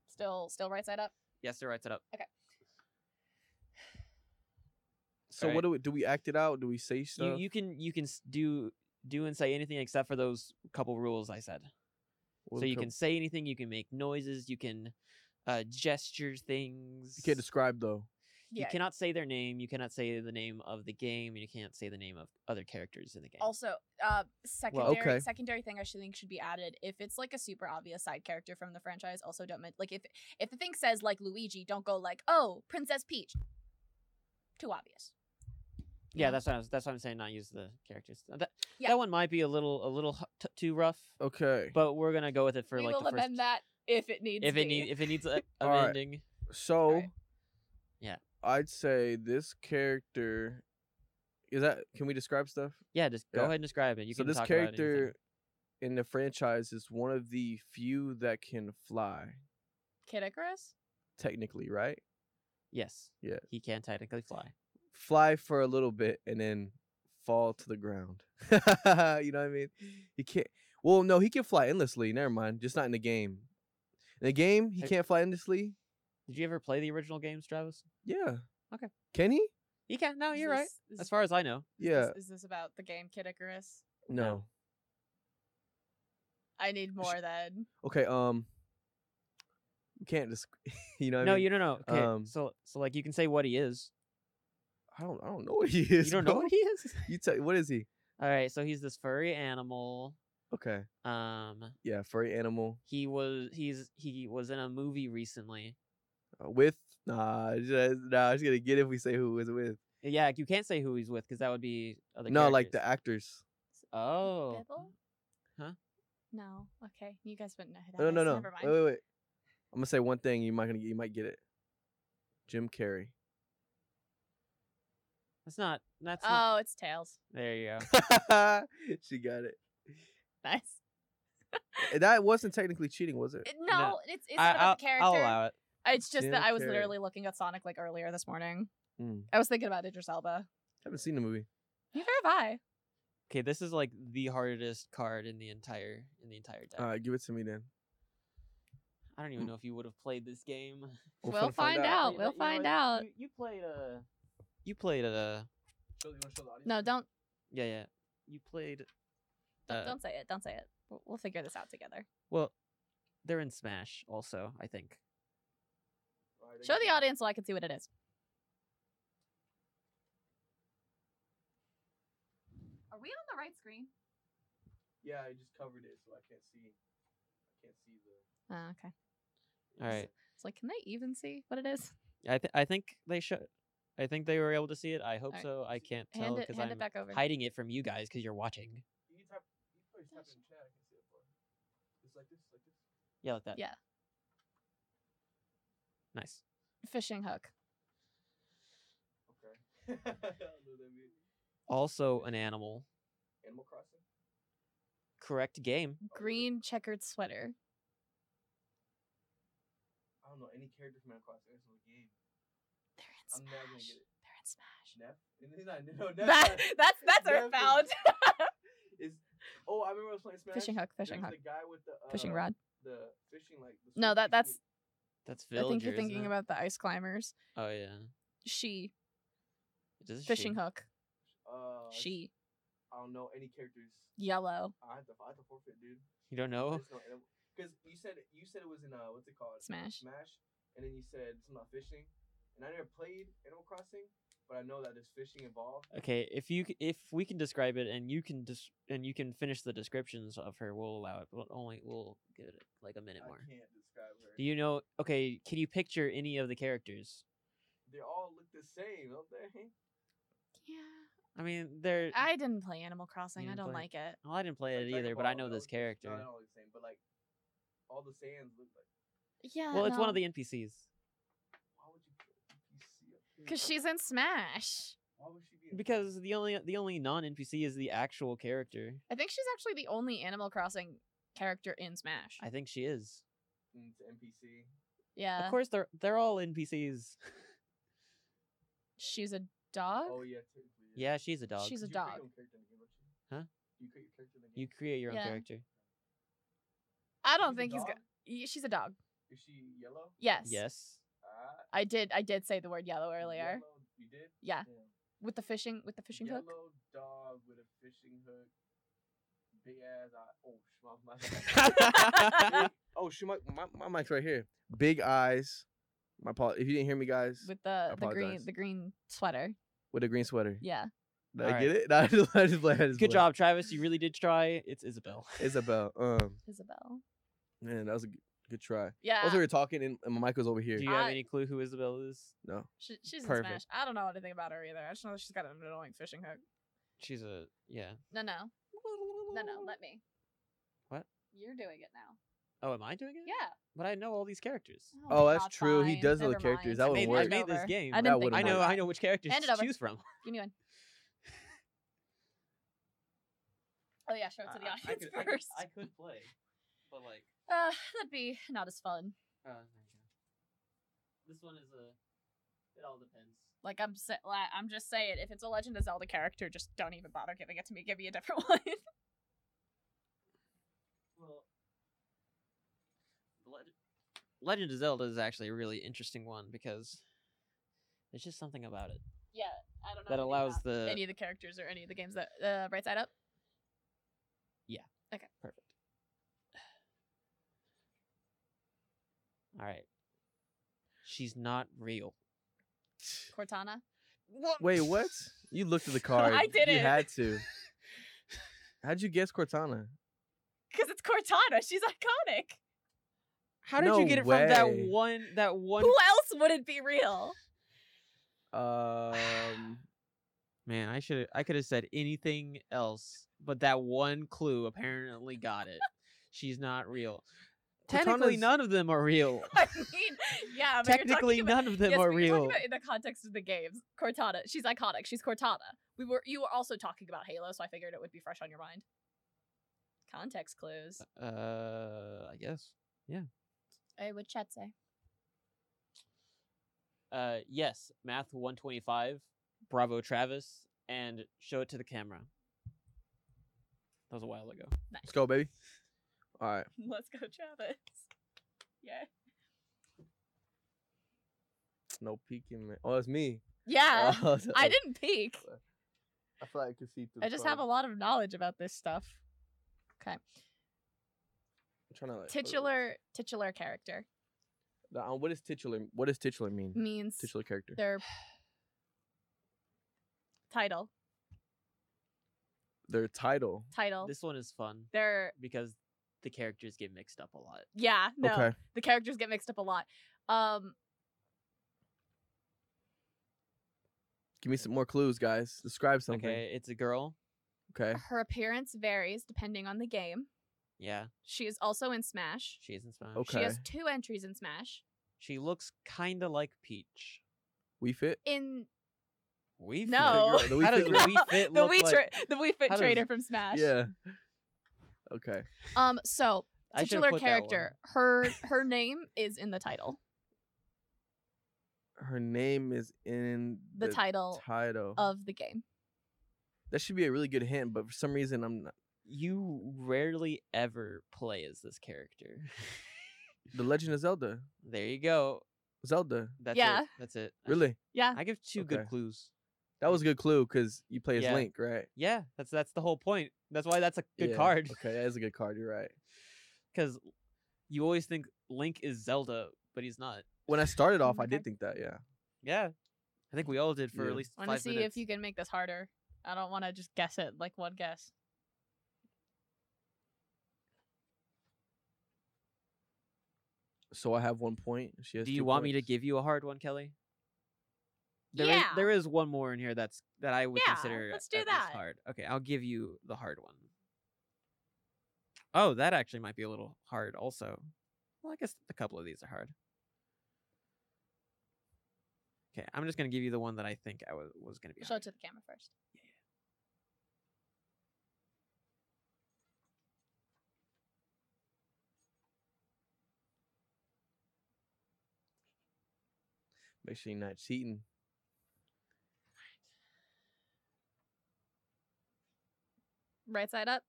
Still still right side up.
Yes, sir. Writes it up.
So
Alright.
what do we do? We act it out. Do we say
You,
stuff?
you can you can s- do do and say anything except for those couple rules I said.
What
so
do we
you
co-
can say anything. You can make noises. You can uh, gesture things.
You can't describe though.
You cannot say their name. You cannot say the name of the game, and you can't say the name of other characters in the game.
Also, uh, secondary
okay.
secondary thing I should think should be added if it's like a super obvious side character from the franchise. Also, don't men- like if if the thing says like Luigi, don't go like oh Princess Peach. Too obvious.
Yeah,
Yeah.
that's what I was, that's what I'm saying. Not use the characters. Uh, That
Yeah.
that one might be a little a little h- t- too rough,
Okay.
but we're gonna go with it for
we
like
will
the first.
amend that if it needs.
if it
be.
needs if it needs a,
All
an
right.
ending,
So.
Yeah.
I'd say this character. Is that? Can we describe stuff?
yeah, just go
Yeah.
ahead and describe it. You
so
can
this
talk about
character
anything.
in the franchise is one of the few that can fly,
Kid Icarus.
technically, right?
Yes.
Yeah.
He can technically fly.
Fly for a little bit and then fall to the ground. you know what I mean? He can't. Well, no, he can fly endlessly. Never mind. Just not in the game. In the game, he
Hey-
can't fly endlessly.
Did you ever play the original games, Travis?
Yeah.
Okay.
Can he?
You can. No,
Is
you're right.
this- is
As far as I know,
Yeah.
Is, is this about the game Kid Icarus?
No.
I need more then.
Okay. Um. You can't just. you know. What
no,
I mean?
you don't know. Okay,
um,
so so like you can say what he is.
I don't. I don't know what he is.
you don't know
bro.
what he is.
You tell. What is he?
All right, so he's this furry animal.
Okay.
Um,
Yeah. Furry animal
he was he's he was in a movie recently.
uh, with. Nah. just- Nah. It's gonna get if we say who it was with.
Yeah, you can't say who he's with because that would be other.
no, like the
characters.
actors.
Oh,
Bibble?
Huh? Oh,
No. Okay. You guys wouldn't know who that
No. No.
is.
No.
Never mind.
Wait. Wait. Wait. I'm gonna say one thing. You might gonna. get- You might get it. Jim Carrey.
that's not that's. Not,
oh, it's Tails.
there you go.
she got it.
Nice.
And That wasn't technically cheating, was it?
It- no, it's it's
I,
about
I'll,
the character.
I'll allow it.
It's just that
Jim
I was
Carrey.
literally looking at Sonic like earlier this morning.
Mm.
I was thinking about Idris Elba.
haven't seen the movie.
Neither have I.
Okay, this is like the hardest card in the entire in the entire deck.
All right, give it to me then.
I don't even know if you would have played this game.
We're
We'll
finna find
find
out.
out.
You know
We'll
what- you know
find
what?
out.
You, you played a. You played a.
No, don't
Yeah, yeah. You played.
don't,
uh,
don't say it. Don't say it. We'll, we'll figure this out together.
Well, they're in Smash also. I think.
Show the audience so I can see what it is. Are we on the right screen?
Yeah, I just covered it, so I can't see. I can't see the.
Oh, okay.
All right.
It's like, can they even see what it is?
I th- I think they should. I think they were able to see it. I hope
Alright.
so. I can't tell
Hand it,
because
hand it
I'm
back over.
hiding it from you guys because you're watching.
You can type. You can
type it
in chat. I can see it for. It's like this, like this.
Yeah, like that.
Yeah.
Nice.
Fishing hook.
Okay.
Also, an animal.
Animal Crossing.
Correct game.
Green checkered sweater.
I don't know any character from Animal Crossing. It's a game.
They're in
I'm
Smash.
never gonna get it.
They're in Smash.
Neff. He's not. No, Neff's
That,
not-
that's that's
Neff's a-
earthbound.
Is oh, I remember I was playing Smash.
fishing hook,
There
fishing
was
hook,
The guy with the uh,
fishing rod.
The fishing like. The
No, that
sword people-
that's.
That's
I
villager.
think you're
isn't
thinking
it?
about the ice climbers.
Oh yeah.
She
It is a
fishing
she.
hook.
Uh,
She
I don't know any characters.
yellow
I have to. I have to forfeit, dude.
You don't know.
Because you said you said it was in uh, what's it called?
smash.
Smash, and then you said it's not fishing, and I never played Animal Crossing, but I know that there's fishing involved.
Okay, if you c- if we can describe it and you can dis- and you can finish the descriptions of her, we'll allow it. But only we'll give it like a minute
I
more.
can't describe her.
Do you know? Okay, can you picture any of the characters?
They all look the same, don't they?
Yeah.
I mean, they're. I,
I didn't play Animal Crossing.
You
I
didn't
don't
play-
like it.
well, I didn't play
Like
it
Dragon
either, but I
Ball,
know
that
this
was different.
character.
No, not all the same, but like all the sands look like.
Yeah.
Well, it's one
Uh, no.
of the NPCs.
Why would you put NPC up here?
Cause she's in Smash.
Why would she be? in-
Because the only the only non NPC is the actual character.
I think she's actually the only Animal Crossing character in Smash.
I think she is.
Mm, it's NPC.
yeah.
of course, they're they're all NPCs.
She's a dog.
Oh yeah, technically.
yeah, she's a dog.
She's a
You create your
dog.
own character in the game, don't you?
Huh?
You create your character in the game.
you create your own
Yeah.
character.
I
She's
don't
a
think he's
dog?
good. She's a dog.
Is she yellow?
Yes.
Yes.
Ah,
I did. I did say the word yellow earlier.
Yellow, you did?
Yeah.
Damn.
With the fishing. With the fishing
yellow
hook.
dog with a fishing hook. Big ass eye. Oh, sh- my, my, bad. Big- oh, she, my, my, my mic's right here. Big eyes. My paw. If you didn't hear me, guys, with,
With the the green
apologize.
the green sweater.
a green sweater.
Yeah.
Did I
Alright.
get it? No, I just, I just, I
Good
just blinked.
job, Travis. You really did try. It's Isabel.
Isabel. Um,
Isabel.
man, that was a g- good try.
Yeah.
Also, we were talking, and, and my mic was over here.
Do you have
I-
any clue who Isabel is?
no.
She, she's
Perfect.
in Smash. I don't know anything about her either. I just know that she's got an annoying fishing hook.
She's a yeah.
No, no, no, no. Let me.
What?
You're doing it now.
Oh, am I doing it?
Yeah.
But I know all these characters.
Oh, that's true. He does know the
never
characters.
mind.
That
I
would
made-
work.
I made this game. I
That
didn't think
would've
I
Never
know. I
about
know
that.
which characters
Hand it
to
over.
choose from.
Give me one. Oh yeah, show it to the audience first.
could play, but like.
uh, that'd be not as fun.
Oh,
Uh, this one is a. It all depends.
Like I'm, sa- li- I'm just saying, if it's a Legend of Zelda character, just don't even bother giving it to me. Give me a different one.
Well, Legend of Zelda is actually a really interesting one because there's just something about it
Yeah, I don't know.
that
anything
allows
about
the
any of the characters or any of the games that uh, right side up.
perfect. All right. She's not real.
Cortana.
What?
Wait, what? You looked at the card.
I
You
didn't.
had to. How'd you guess Cortana?
Because it's Cortana. She's iconic.
How did you
No
get it from that
way.
one? That one
Who else would it be real?
Um,
Man, I should I could have said anything else, but that one clue apparently got it. She's not real. Technically,
Cortana's-
none of them are real.
I mean, yeah. But
Technically,
you're talking about,
none of them
yes,
are
but you're
real.
talking about in the context of the games. Cortana. She's iconic. She's Cortana. We were you were also talking about Halo, so I figured it would be fresh on your mind. Context clues.
Uh, I guess.
I would chat say.
Uh, yes, math 125, bravo Travis, and show it to the camera. That was a while ago.
let's go, baby. All right.
Let's go, Travis. Yeah.
No peeking, man. Oh, it's me.
Yeah.
Uh,
Oh,
I didn't peek.
I thought I could see through.
I just have a lot of knowledge about this stuff. Okay.
trying to, like, put it-
Titular titular character
The- uh, what is titular? What does titular mean?
means
Titular character.
their title.
Their title.
Title.
This one is fun
Their
because the characters get mixed up a lot.
yeah, no.
Okay.
The characters get mixed up a lot. Um
Give me some more clues, guys. Describe something. Okay.
Okay, it's a girl.
her appearance varies depending on the game.
Yeah,
She is also in Smash.
she is in Smash.
Okay.
She has two entries in Smash.
She looks kind of like Peach.
We fit.
In
We
No.
The Wii
How does the
Fit girl.
Wii Fit
the
look
Wii
like?
Tra- the Wii Fit
how does-
trainer from Smash.
Yeah. Okay.
Um so
I should've put
titular
that one.
character. Her her name is in the title.
Her name is in
The, title
title.
of the game.
that should be a really good hint, but for some reason I'm not.
You rarely ever play as this character.
The Legend of Zelda.
there you go.
Zelda.
That's
Yeah.
it. That's it.
Really?
Yeah.
I give two good
Okay.
clues.
That was a good clue because you play as
Yeah.
Link, right?
Yeah, that's that's the whole point. That's why that's a good
Yeah,
card.
Okay, that is a good card. You're right.
Because you always think Link is Zelda, but he's not.
When I started off, I
Okay.
did think that. Yeah.
Yeah. I think we all did for
Yeah.
at least
I
five
want to see
minutes.
if you can make this harder. I don't want to just guess it like one guess.
So I have one point. She has
Do
two
you want me to
points.
give you a hard one, Kelly? There is-
Yeah.
there is one more in here that's that I would
Yeah,
consider
let's
at
do
least
that.
hard. Okay, I'll give you the hard one. Oh, that actually might be a little hard also. Well, I guess a couple of these are hard. Okay, I'm just gonna give you the one that I think I was, was gonna be.
Show
hard.
it to the camera first.
Make sure you're not cheating.
Right side up,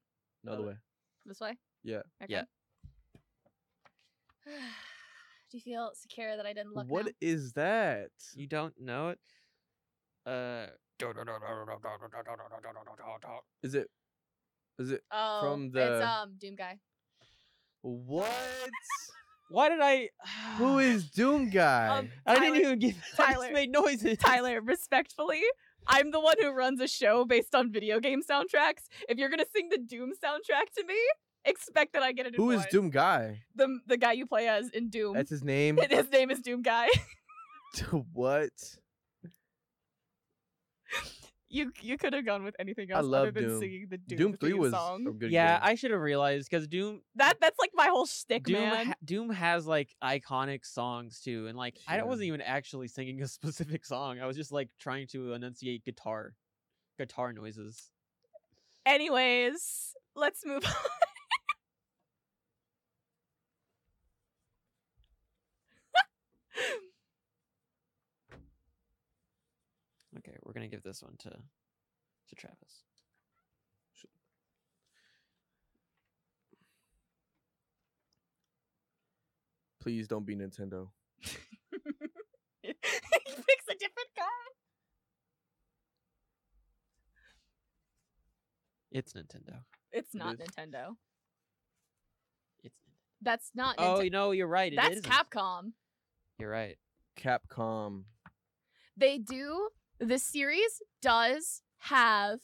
Another
Love it.
way.
this way.
Yeah.
Okay.
Yeah.
Do you feel secure that I didn't
What
look?
is
now?
that?
You don't know it. Uh,
Is it? Is it?
Oh,
from
it's
the-
um Doom guy.
What?
why did I?
Who is
Um,
Doom Guy?
I
Tyler-
didn't even give. I
Tyler.
just made noises.
Tyler, respectfully, I'm the one who runs a show based on video game soundtracks. If you're gonna sing the Doom soundtrack to me, expect that I get it.
Who is
invoice.
Doom Guy?
The the guy you play as in Doom.
That's his name.
His name is Doom guy.
what?
You you could have gone with anything
I
else
love
other than
Doom.
singing the Doom,
Doom, Three
theme
was a
song.
good.
yeah,
game.
I should have realized because Doom
That that's like my whole shtick,
Doom
man.
ha- Doom has like iconic songs too, and like I
Yeah.
wasn't even actually singing a specific song. I was just like trying to enunciate guitar, guitar noises.
Anyways, let's move on.
Okay, we're gonna give this one to to Travis.
Please don't be Nintendo.
he picks a different guy.
It's Nintendo.
It's
It
not
is.
Nintendo.
It's
That's not.
Oh,
Uh, Nintendo.
you know, you're right. It
that's
isn't.
Capcom.
You're right.
Capcom.
They do. The series does have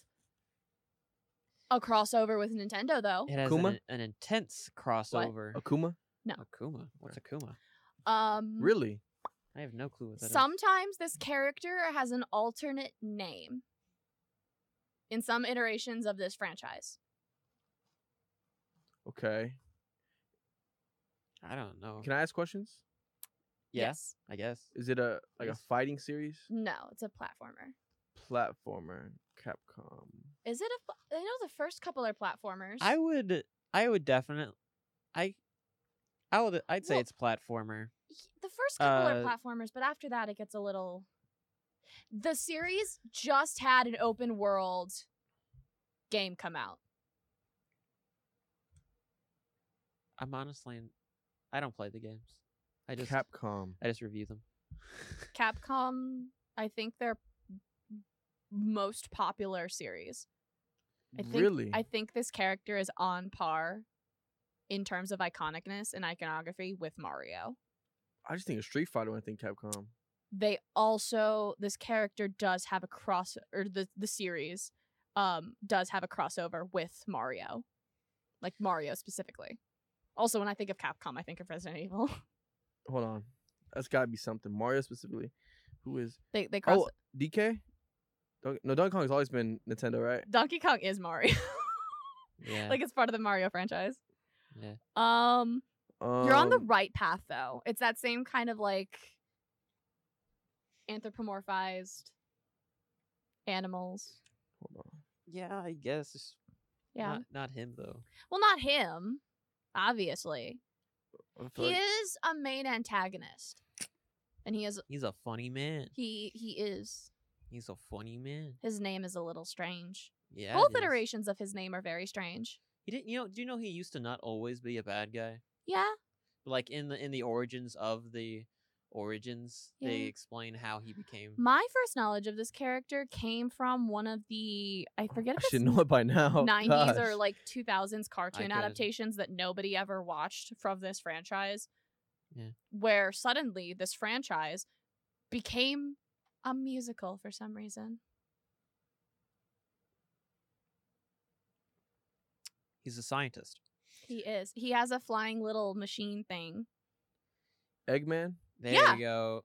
a crossover with Nintendo, though.
It has
Kuma?
An, an intense crossover.
Akuma?
Oh.
Akuma. What's Akuma?
Um,
Really?
I have no clue what that is.
Sometimes this character has an alternate name in some iterations of this franchise.
Okay.
I don't know.
Can I ask questions?
Yeah, I guess.
Is it a like a
Yes. Mm.
fighting series?
No, it's a platformer.
Platformer. Capcom.
Is it a? pla- I know the first couple are platformers.
I would. I would definitely. I. I would. I'd say
Well-
it's platformer.
the first couple are
Uh,
platformers, but after that it gets a little. The series just had an open world game come out.
I'm honestly. I don't play the games. I just.
Capcom.
I just review them.
Capcom, I think their most popular series. I think,
really?
I think this character is on par in terms of iconicness and iconography with Mario.
I just think of Street Fighter when I think Capcom.
They also this character does have a cross or the the series um does have a crossover with Mario. Like Mario specifically. Also, when I think of Capcom, I think of Resident Evil.
Hold on. That's gotta be something. Mario specifically. Who is
they they cross
Oh DK? Don- no, Donkey Kong's always been Nintendo, right?
Donkey Kong is Mario.
Yeah.
like it's part of the Mario franchise.
Yeah.
Um You're on the
Um,
right path though. It's that same kind of like anthropomorphized animals.
Hold on.
yeah. I guess.
Yeah.
Not, not him though.
well, not him, obviously.
I feel
He
like-
is a main antagonist. And he is
He's a funny man.
he he is.
He's a funny man.
His name is a little strange.
Yeah.
Both
it is.
iterations of his name are very strange.
He didn't. You know. Do you know he used to not always be a bad guy?
Yeah.
Like in the in the origins of the origins, they
Yeah.
explain how he became.
My first knowledge of this character came from one of the I forget
I
if it's
should know it by
Oh,
now.
90s or
Gosh.
like 2000s cartoon
couldn't.
adaptations that nobody ever watched from this franchise.
Yeah.
Where suddenly this franchise became a musical for some reason.
He's a scientist.
He is. He has a flying little machine thing.
Eggman.
There
Yeah.
you go.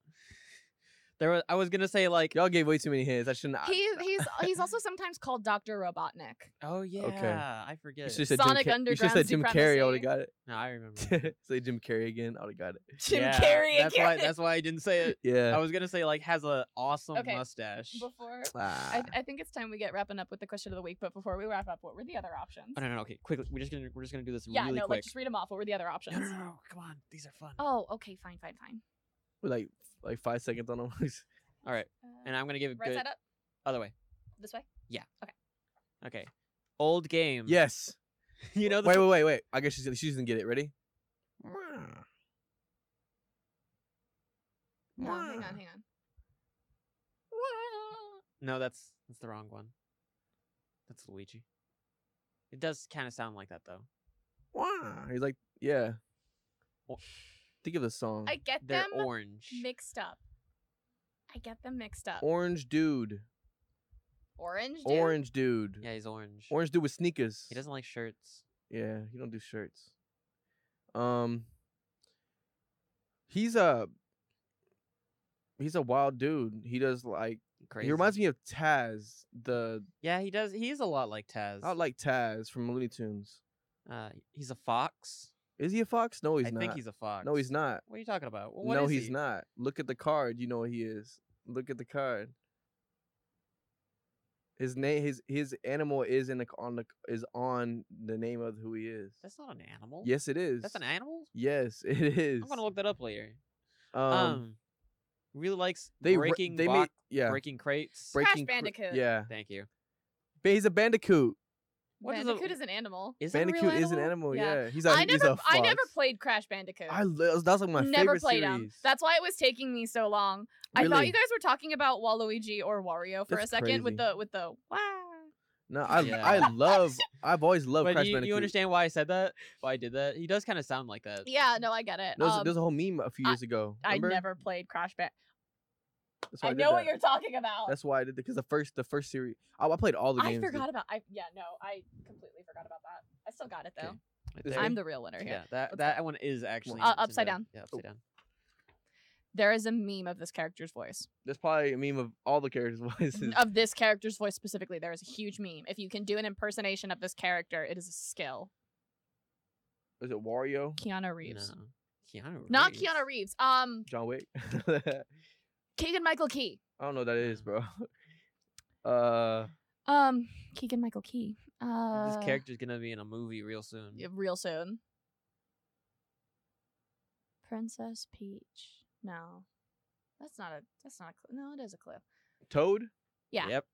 There was, I was gonna say like,
Y'all gave way too many hints. I shouldn't. I-
He, he's he's also sometimes called Dr. Robotnik.
oh yeah, I
you
forget.
should've said
Sonic
Jim Car- you should've said Jim
Underground
Carrey. I would
Supremacy.
have got it.
no, I remember.
Say Jim Carrey again. I would have got it.
Jim
Yeah,
Carrey
That's
again.
why. That's why I didn't say it. I
Yeah.
was gonna say like has a awesome
Okay,
mustache.
Before
Ah.
I, I think it's time we get wrapping up with the question of the week, but before we wrap up, what were the other options?
Oh, no, no, no, okay, quickly. We're just gonna we're just gonna do this
Yeah,
really
no,
quick.
like just read them off. What were the other options?
no, no, no, no, come on, these are fun.
Oh, okay, fine, fine, fine.
With like like five seconds on
Um,
them.
All right, and I'm gonna give a
right
good
side Uh, up,
other way.
this way.
Okay, old game.
yes.
you know. This
Wait, wait, wait, wait. I guess she's she's gonna get it. Ready?
No, hang on, hang on.
No, that's that's the wrong one. That's Luigi. It does kind of sound like that though.
He's like, yeah.
Or-
Think of the song.
I get
They're
them
orange.
mixed up. I get them mixed up.
Orange dude.
orange. Dude?
Orange dude.
Yeah, he's orange.
Orange dude with sneakers.
He doesn't like shirts.
Yeah, he don't do shirts. Um, he's a he's a wild dude. He does like
Crazy.
he reminds me of Taz. The
Yeah, he does. He is a lot like Taz.
I like Taz from Looney Tunes.
Uh, he's a fox.
Is he a fox? No, he's
I
not.
think he's a fox.
no, he's not.
What are you talking about? Well, what
no,
is
he's
he?
not. Look at the card. You know what he is. Look at the card. His name, his his animal is in the c- on the c- is on the name of who he is.
That's not an animal.
yes, it is.
that's an animal.
Yes, it is.
I'm gonna look that up later. Um,
um
really likes
They ra-
breaking
they
box-
made yeah
breaking crates.
Crash
cra-
Bandicoot.
yeah,
Thank you.
but he's a bandicoot.
What does a-
Bandicoot is an animal.
Is it a real
Bandicoot is an
animal?
animal.
Yeah.
Yeah, he's a,
I
he's
never,
a
I never
fox.
played Crash Bandicoot.
I lo- that's like my
never
favorite
played
series.
them. That's why it was taking me so long. I thought
Really?
you guys were talking about Waluigi or Wario for
That's
a second with
crazy.
the with the wow.
no, I
Yeah.
I love. I've always loved
But
Crash
you,
Bandicoot.
you understand why I said that? Why I did that? He does kind of sound like that.
Yeah, no, I get it.
There's,
Um,
there's a whole meme a few
I-
years ago.
I
remember?
never played Crash Bandicoot.
That's why
I
did
know what
that.
you're talking about.
That's why I did because the first the first series I, I played all the
I
games. that-
forgot about. I yeah, no, I completely forgot about that. I still got it though.
Okay. Right
This
there.
I'm the real winner here.
yeah, that
Let's
that one is actually
Uh, upside
Nintendo.
down.
Yeah, upside down.
There is a meme of this character's voice.
That's probably a meme of all the characters' voices.
Mm, Of this character's voice specifically, there is a huge meme. If you can do an impersonation of this character, it is a skill.
Is it Wario?
Keanu Reeves.
No. Keanu.
Not
Reeves.
Keanu Reeves. Um,
John Wick? I
Keegan Michael Key.
don't know what that is,
Yeah.
bro. Uh,
Um, Keegan Michael Key. Uh,
This character's gonna be in a movie real soon.
y- real soon. Princess Peach. No, that's not a. That's not a clue. No, it is a clue.
Toad?
yeah.
Yep.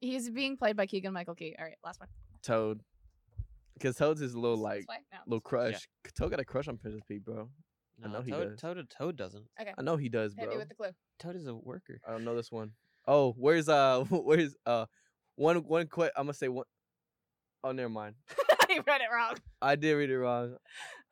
He's being played by Keegan Michael Key. All right, last one.
Toad. Because Toad's his little
This
like
way? No,
little
this way.
crush. Toad got a crush on Princess Peach, bro. I
No,
know he
Toad,
does.
Toad. Toad doesn't.
I know he does,
Hit me
bro.
with the clue.
Toad is a worker.
I don't know this one. Oh, where's uh where's uh one one quick I'm gonna say one Oh never mind.
I read it wrong.
I did read it wrong.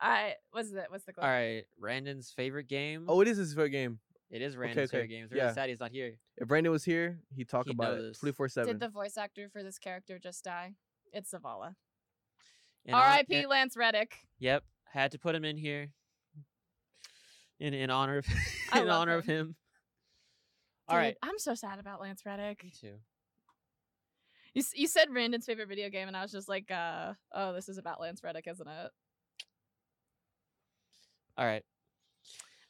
I what's the what's the clue?
All right, Randon's favorite game.
Oh, it is his favorite game.
it is Randon's favorite
okay,
game. It's really
yeah.
sad he's not here.
If Brandon was here, he'd talk
He'd
about
know
it
this.
twenty four seven.
Did the voice actor for this character just die? It's Zavala.
And hon-
R.I.P.
and-
Lance Reddick.
Yep, had to put him in here. In in honor of
I
in
love
honor of him. All
Dude,
right.
I'm so sad about Lance Reddick.
Me too.
You, s- you said Randon's favorite video game, and I was just like, uh, oh, this is about Lance Reddick, isn't it?
All right.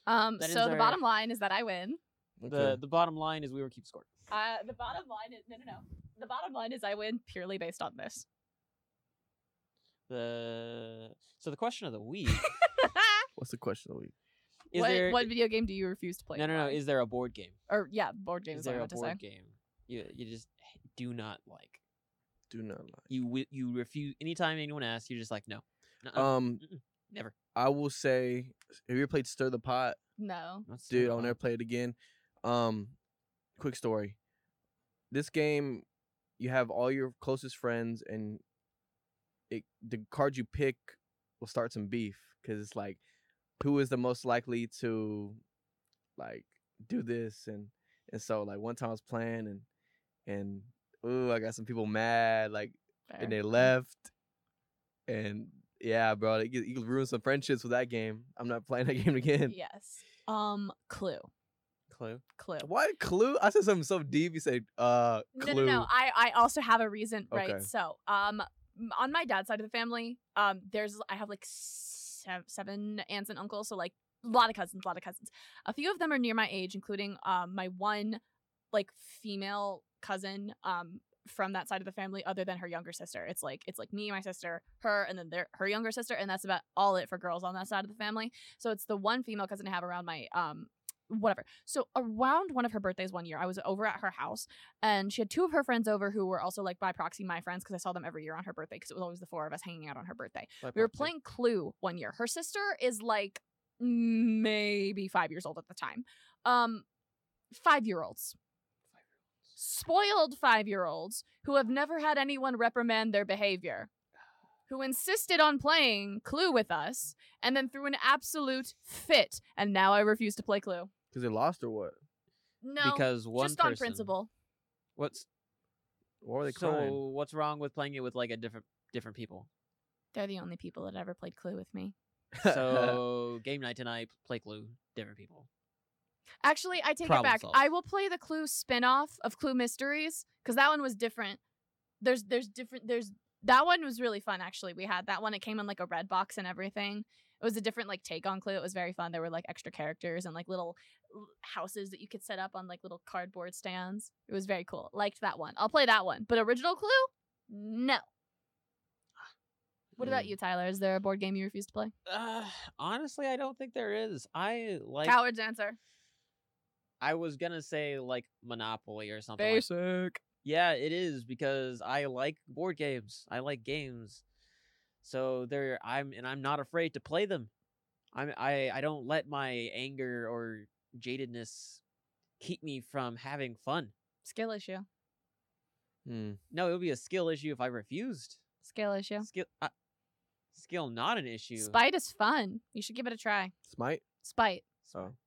Um,
That is
so the
our-
bottom line is that I win.
The the bottom line is we were keep score.
Uh, the bottom line is no, no, no. The bottom line is I win purely based on this.
The so the question of the week
What's the question of the week?
is
what,
there
what video game do you refuse to play?
no
and
no no
why?
is there a board game?
or yeah, board game
Is
is what I
there a
meant to say.
board game you you just h- do not like
Do not lie.
you wi- you refuse anytime anyone asks you're just like no, Nuh-uh,
Um,
mm-mm, never.
I will say, have you ever played Stir the Pot?
No.
That's so
Dude, I'll
dumb.
never play it again. Um, quick story. This game, you have all your closest friends, and it the card you pick will start some beef because it's like, who is the most likely to, like, do this and and so like one time I was playing and and ooh I got some people mad like
fair.
and they left. And yeah, bro, like, you, you could ruin some friendships with that game. I'm not playing that game again.
Yes. Um, Clue.
clue.
Clue.
What clue? I said something so deep. You said, uh,
No,
clue.
no, no. I, I also have a reason, right?
Okay.
So, um, m- on my dad's side of the family, um, there's I have like sev- seven aunts and uncles, so like a lot of cousins, a lot of cousins. A few of them are near my age, including um my one like female cousin um from that side of the family, other than her younger sister. It's like it's like me, my sister, her, and then their her younger sister, and that's about all it for girls on that side of the family. So it's the one female cousin I have around my um whatever. So around one of her birthdays one year, I was over at her house and she had two of her friends over who were also like by proxy my friends because I saw them every year on her birthday because it was always the four of us hanging out on her birthday.
Bye,
We were
Popsicle.
playing Clue one year. Her sister is like maybe five years old at the time. Um, five year olds. Spoiled five year olds who have never had anyone reprimand their behavior, who insisted on playing Clue with us and then threw an absolute fit. And now I refuse to play Clue.
Because they lost or what?
No,
because one
just on
person-
principle.
What's
Why were they
so
crying?
what's wrong with playing it with like a different different people?
They're the only people that ever played Clue with me.
So game night tonight, play Clue, different people.
Actually, I take
Problem
it back.
solved.
I will play the Clue spin-off of Clue Mysteries because that one was different. There's there's different there's that one was really fun actually. We had that one. It came in like a red box and everything. It was a different like take on Clue. It was very fun. There were like extra characters and like little l- houses that you could set up on like little cardboard stands. It was very cool. Liked that one. I'll play that one. But original Clue? No. What about
Mm.
you, Tyler? Is there a board game you refuse to play?
Uh, honestly, I don't think there is. I like.
Coward's answer.
I was gonna say like Monopoly or something. like-
Basic.
Yeah, it is because I like board games. I like games. So there I'm and I'm not afraid to play them. I'm I, I don't let my anger or jadedness keep me from having fun.
Skill issue.
Hmm.
No, it would be a skill issue if I refused.
Skill issue.
Skill uh, skill not an issue.
Spite is fun. You should give it a try.
Smite.
Spite.
Oh.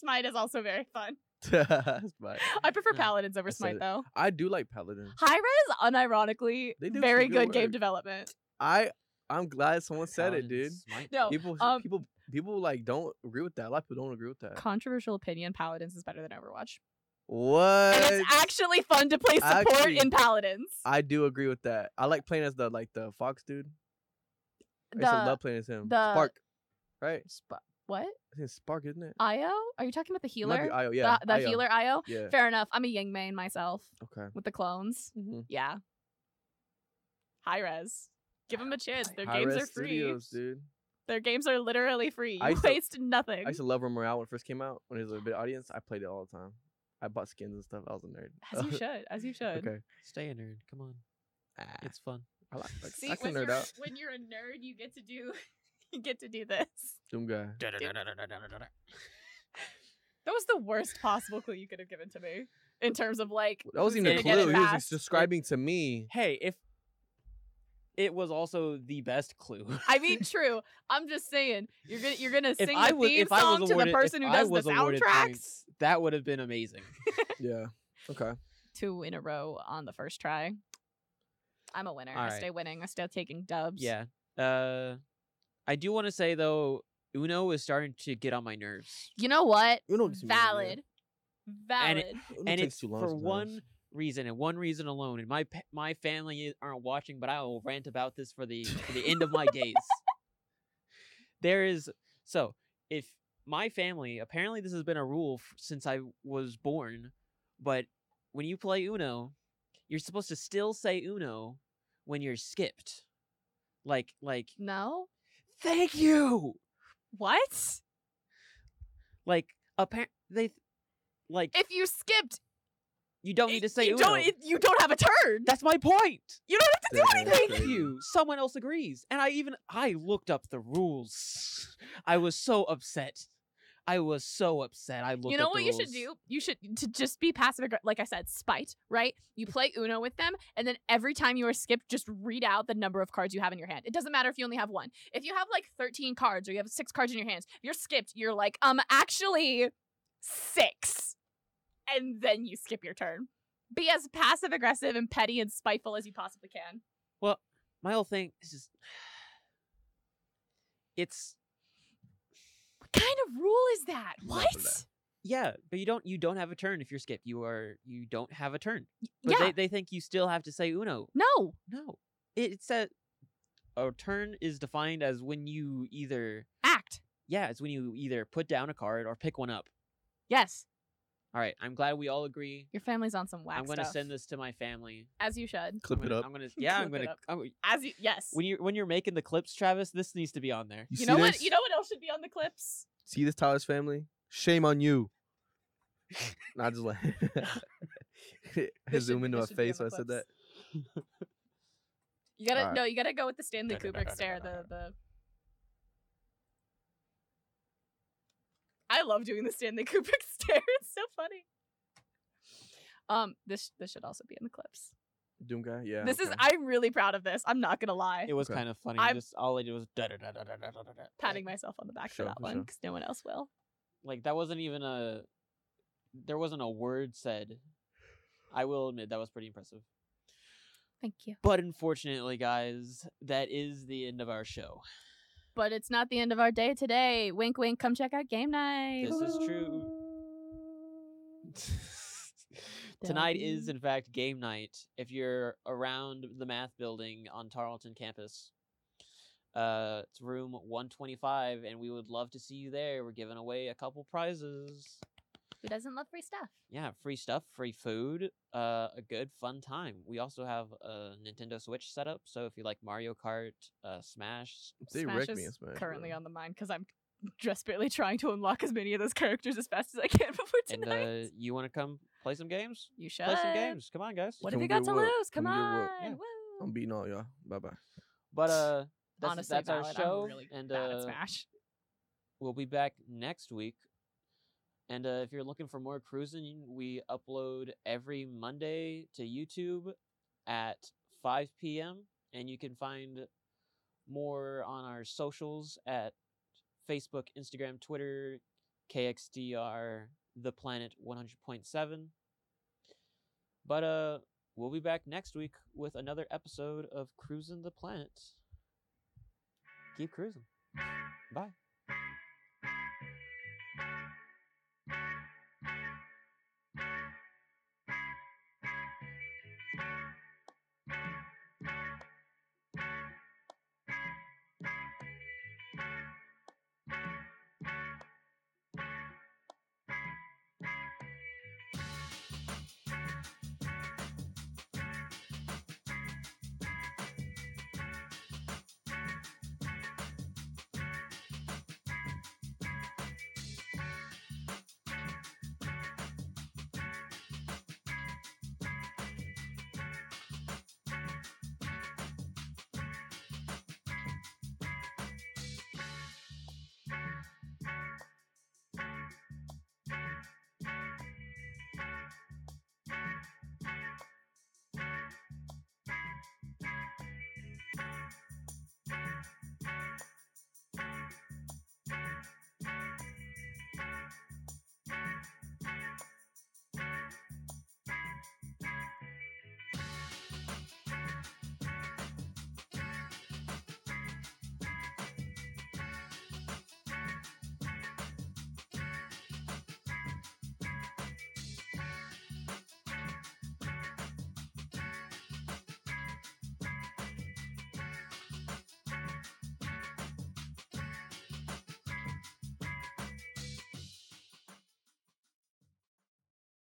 Smite is also very fun.
Smite.
I prefer
Yeah,
paladins over
I
smite
said it.
though.
I do like Paladin.
Hyrule is unironically
They do
very
some good
good, game
work.
development.
I I'm glad someone said
Paladin
it, dude.
smite
No,
me.
People
um,
people people like don't agree with that. A lot of people don't agree with that.
Controversial opinion: Paladins is better than Overwatch.
What?
And it's actually fun to play support
Uh, actually-
in Paladins.
I do agree with that. I like playing as the like the fox dude. I used to
The-
love playing as him.
the-
Spark, right?
Sp- what?
I think Spark, isn't it?
Io? Are you talking about the
It might be
healer?
Io, yeah.
Uh, the the
Io.
healer Io.
Yeah.
Fair enough. I'm a Yang main myself
Okay.
with the clones.
Mm-hmm.
Yeah. High res. Give them a chance. Their
High
games
Res
are free.
Studios, dude.
Their games are literally free.
I
You
used to-
waste nothing.
I used to love Realm Royale when it first came out. When it was a big audience, I played it all the time. I bought skins and stuff. I was a nerd.
As you should. As you should.
okay.
Stay a nerd. Come on.
Ah,
It's fun.
I, like, like,
See,
I can
when
nerd
you're
out.
when you're a nerd, you get to do you get to do this.
Doom guy.
That was the worst possible clue you could have given to me in terms of like.
That wasn't even
gonna
a clue.
get it
He was
fast?
just describing to me.
Hey, if it was also the best clue.
I mean, true. I'm just saying you're gonna you're gonna
If
sing
I
the
was-
theme
if I was
song to the
awarded- if
person who
I
does the
was awarded
soundtracks.
points- that would have been amazing.
Yeah. Okay.
Two in a row on the first try. I'm a winner.
All
I
right.
stay winning. I stay taking dubs.
yeah. Uh, I do want to say though, Uno is starting to get on my nerves,
You know what?
You know,
Valid. Valid.
it- and it's for one reason and one reason alone. And my pa- my family i- aren't watching, but I will rant about this for the for the end of my days. There is so if my family apparently this has been a rule f- since I was born, but when you play Uno, you're supposed to still say Uno when you're skipped, like like
no.
thank you.
What?
Like apparent they th- like
If you skipped,
you don't need to say
you
Uno.
don't. it- you don't have a turn.
That's my point.
you don't have to do
That's
anything.
Thank
crazy.
you. Someone else agrees. And I even I looked up the rules. I was so upset. I was so upset. I looked
you know
up
what
the
you should do
rules.
you should to just be passive aggr- like i said spite right you play uno with them and then every time you are skipped just read out the number of cards you have in your hand it doesn't matter if you only have one if you have like 13 cards or you have six cards in your hands you're skipped you're like um actually six and then you skip your turn be as passive aggressive and petty and spiteful as you possibly can
Well, my whole thing is just it's
what kind of rule is that
Love
what
that.
yeah, but you don't you don't have a turn if you're skipped. You are you don't have a turn. But
yeah
they, they think you still have to say uno.
no
No. It, it said a turn is defined as when you either
act
yeah, it's when you either put down a card or pick one up.
yes
All right, I'm glad we all agree.
your family's on some whack
I'm gonna
stuff,
send this to my family.
as you should
Clip
I'm
it
gonna,
up.
I'm gonna yeah, I'm
Clip it
gonna
up.
I'm-
as you yes
when you're when you're making the clips, Travis, this needs to be on there.
You,
see
know what?
this?
You know what else should be on the clips?
See this Tyler's family? Shame on you. Not just like I
This
zoom
should-
into
this
my
should be on
face
the
when I said that.
clips. You gotta
Alright.
no. You gotta go with the Stanley
No, no, no,
Kubrick
no,
stare.
no, no,
The the. I love doing the Stanley Kubrick stare. It's so funny. Um, this this should also be in the clips.
Doom guy, yeah.
this is.
okay.
I'm really proud of this. I'm not gonna lie.
It was
Okay.
kind of funny.
I'm-
just all I did was da da da da da da da da.
Patting myself on the back
Sure,
for that
for
one
sure.
because no one else will.
Like that wasn't even a. There wasn't a word said. I will admit that was pretty impressive.
Thank you.
But unfortunately, guys, that is the end of our show.
But it's not the end of our day today. Wink, wink. Come check out game night.
This is true. Tonight is, in fact, game night. If you're around the math building on Tarleton campus, uh, it's room 125, and we would love to see you there. We're giving away a couple prizes.
Who doesn't love free stuff?
Yeah, free stuff, free food, uh, a good fun time. We also have a Nintendo Switch set up, so if you like Mario Kart, uh, Smash,
They
Smash
wrecked me
is
in Smash,
currently
bro.
on the mind because I'm desperately trying to unlock as many of those characters as fast as I can before
And
tonight.
uh, you want to come play some games?
you should.
Play some games. Come on, guys.
What
Come
have we got
get
to
woke.
lose? Come
Come get
on.
woke.
Yeah.
Woo.
I'm beating all y'all. Bye bye.
But uh, that's,
Honestly,
that's our
valid.
show,
I'm really
and
bad
uh,
at Smash.
we'll be back next week. And uh, if you're looking for more cruising, we upload every Monday to YouTube at 5 p.m. And you can find more on our socials at Facebook, Instagram, Twitter, KXDR, The Planet 100.7. But uh, we'll be back next week with another episode of Cruising the Planet. Keep cruising. Bye.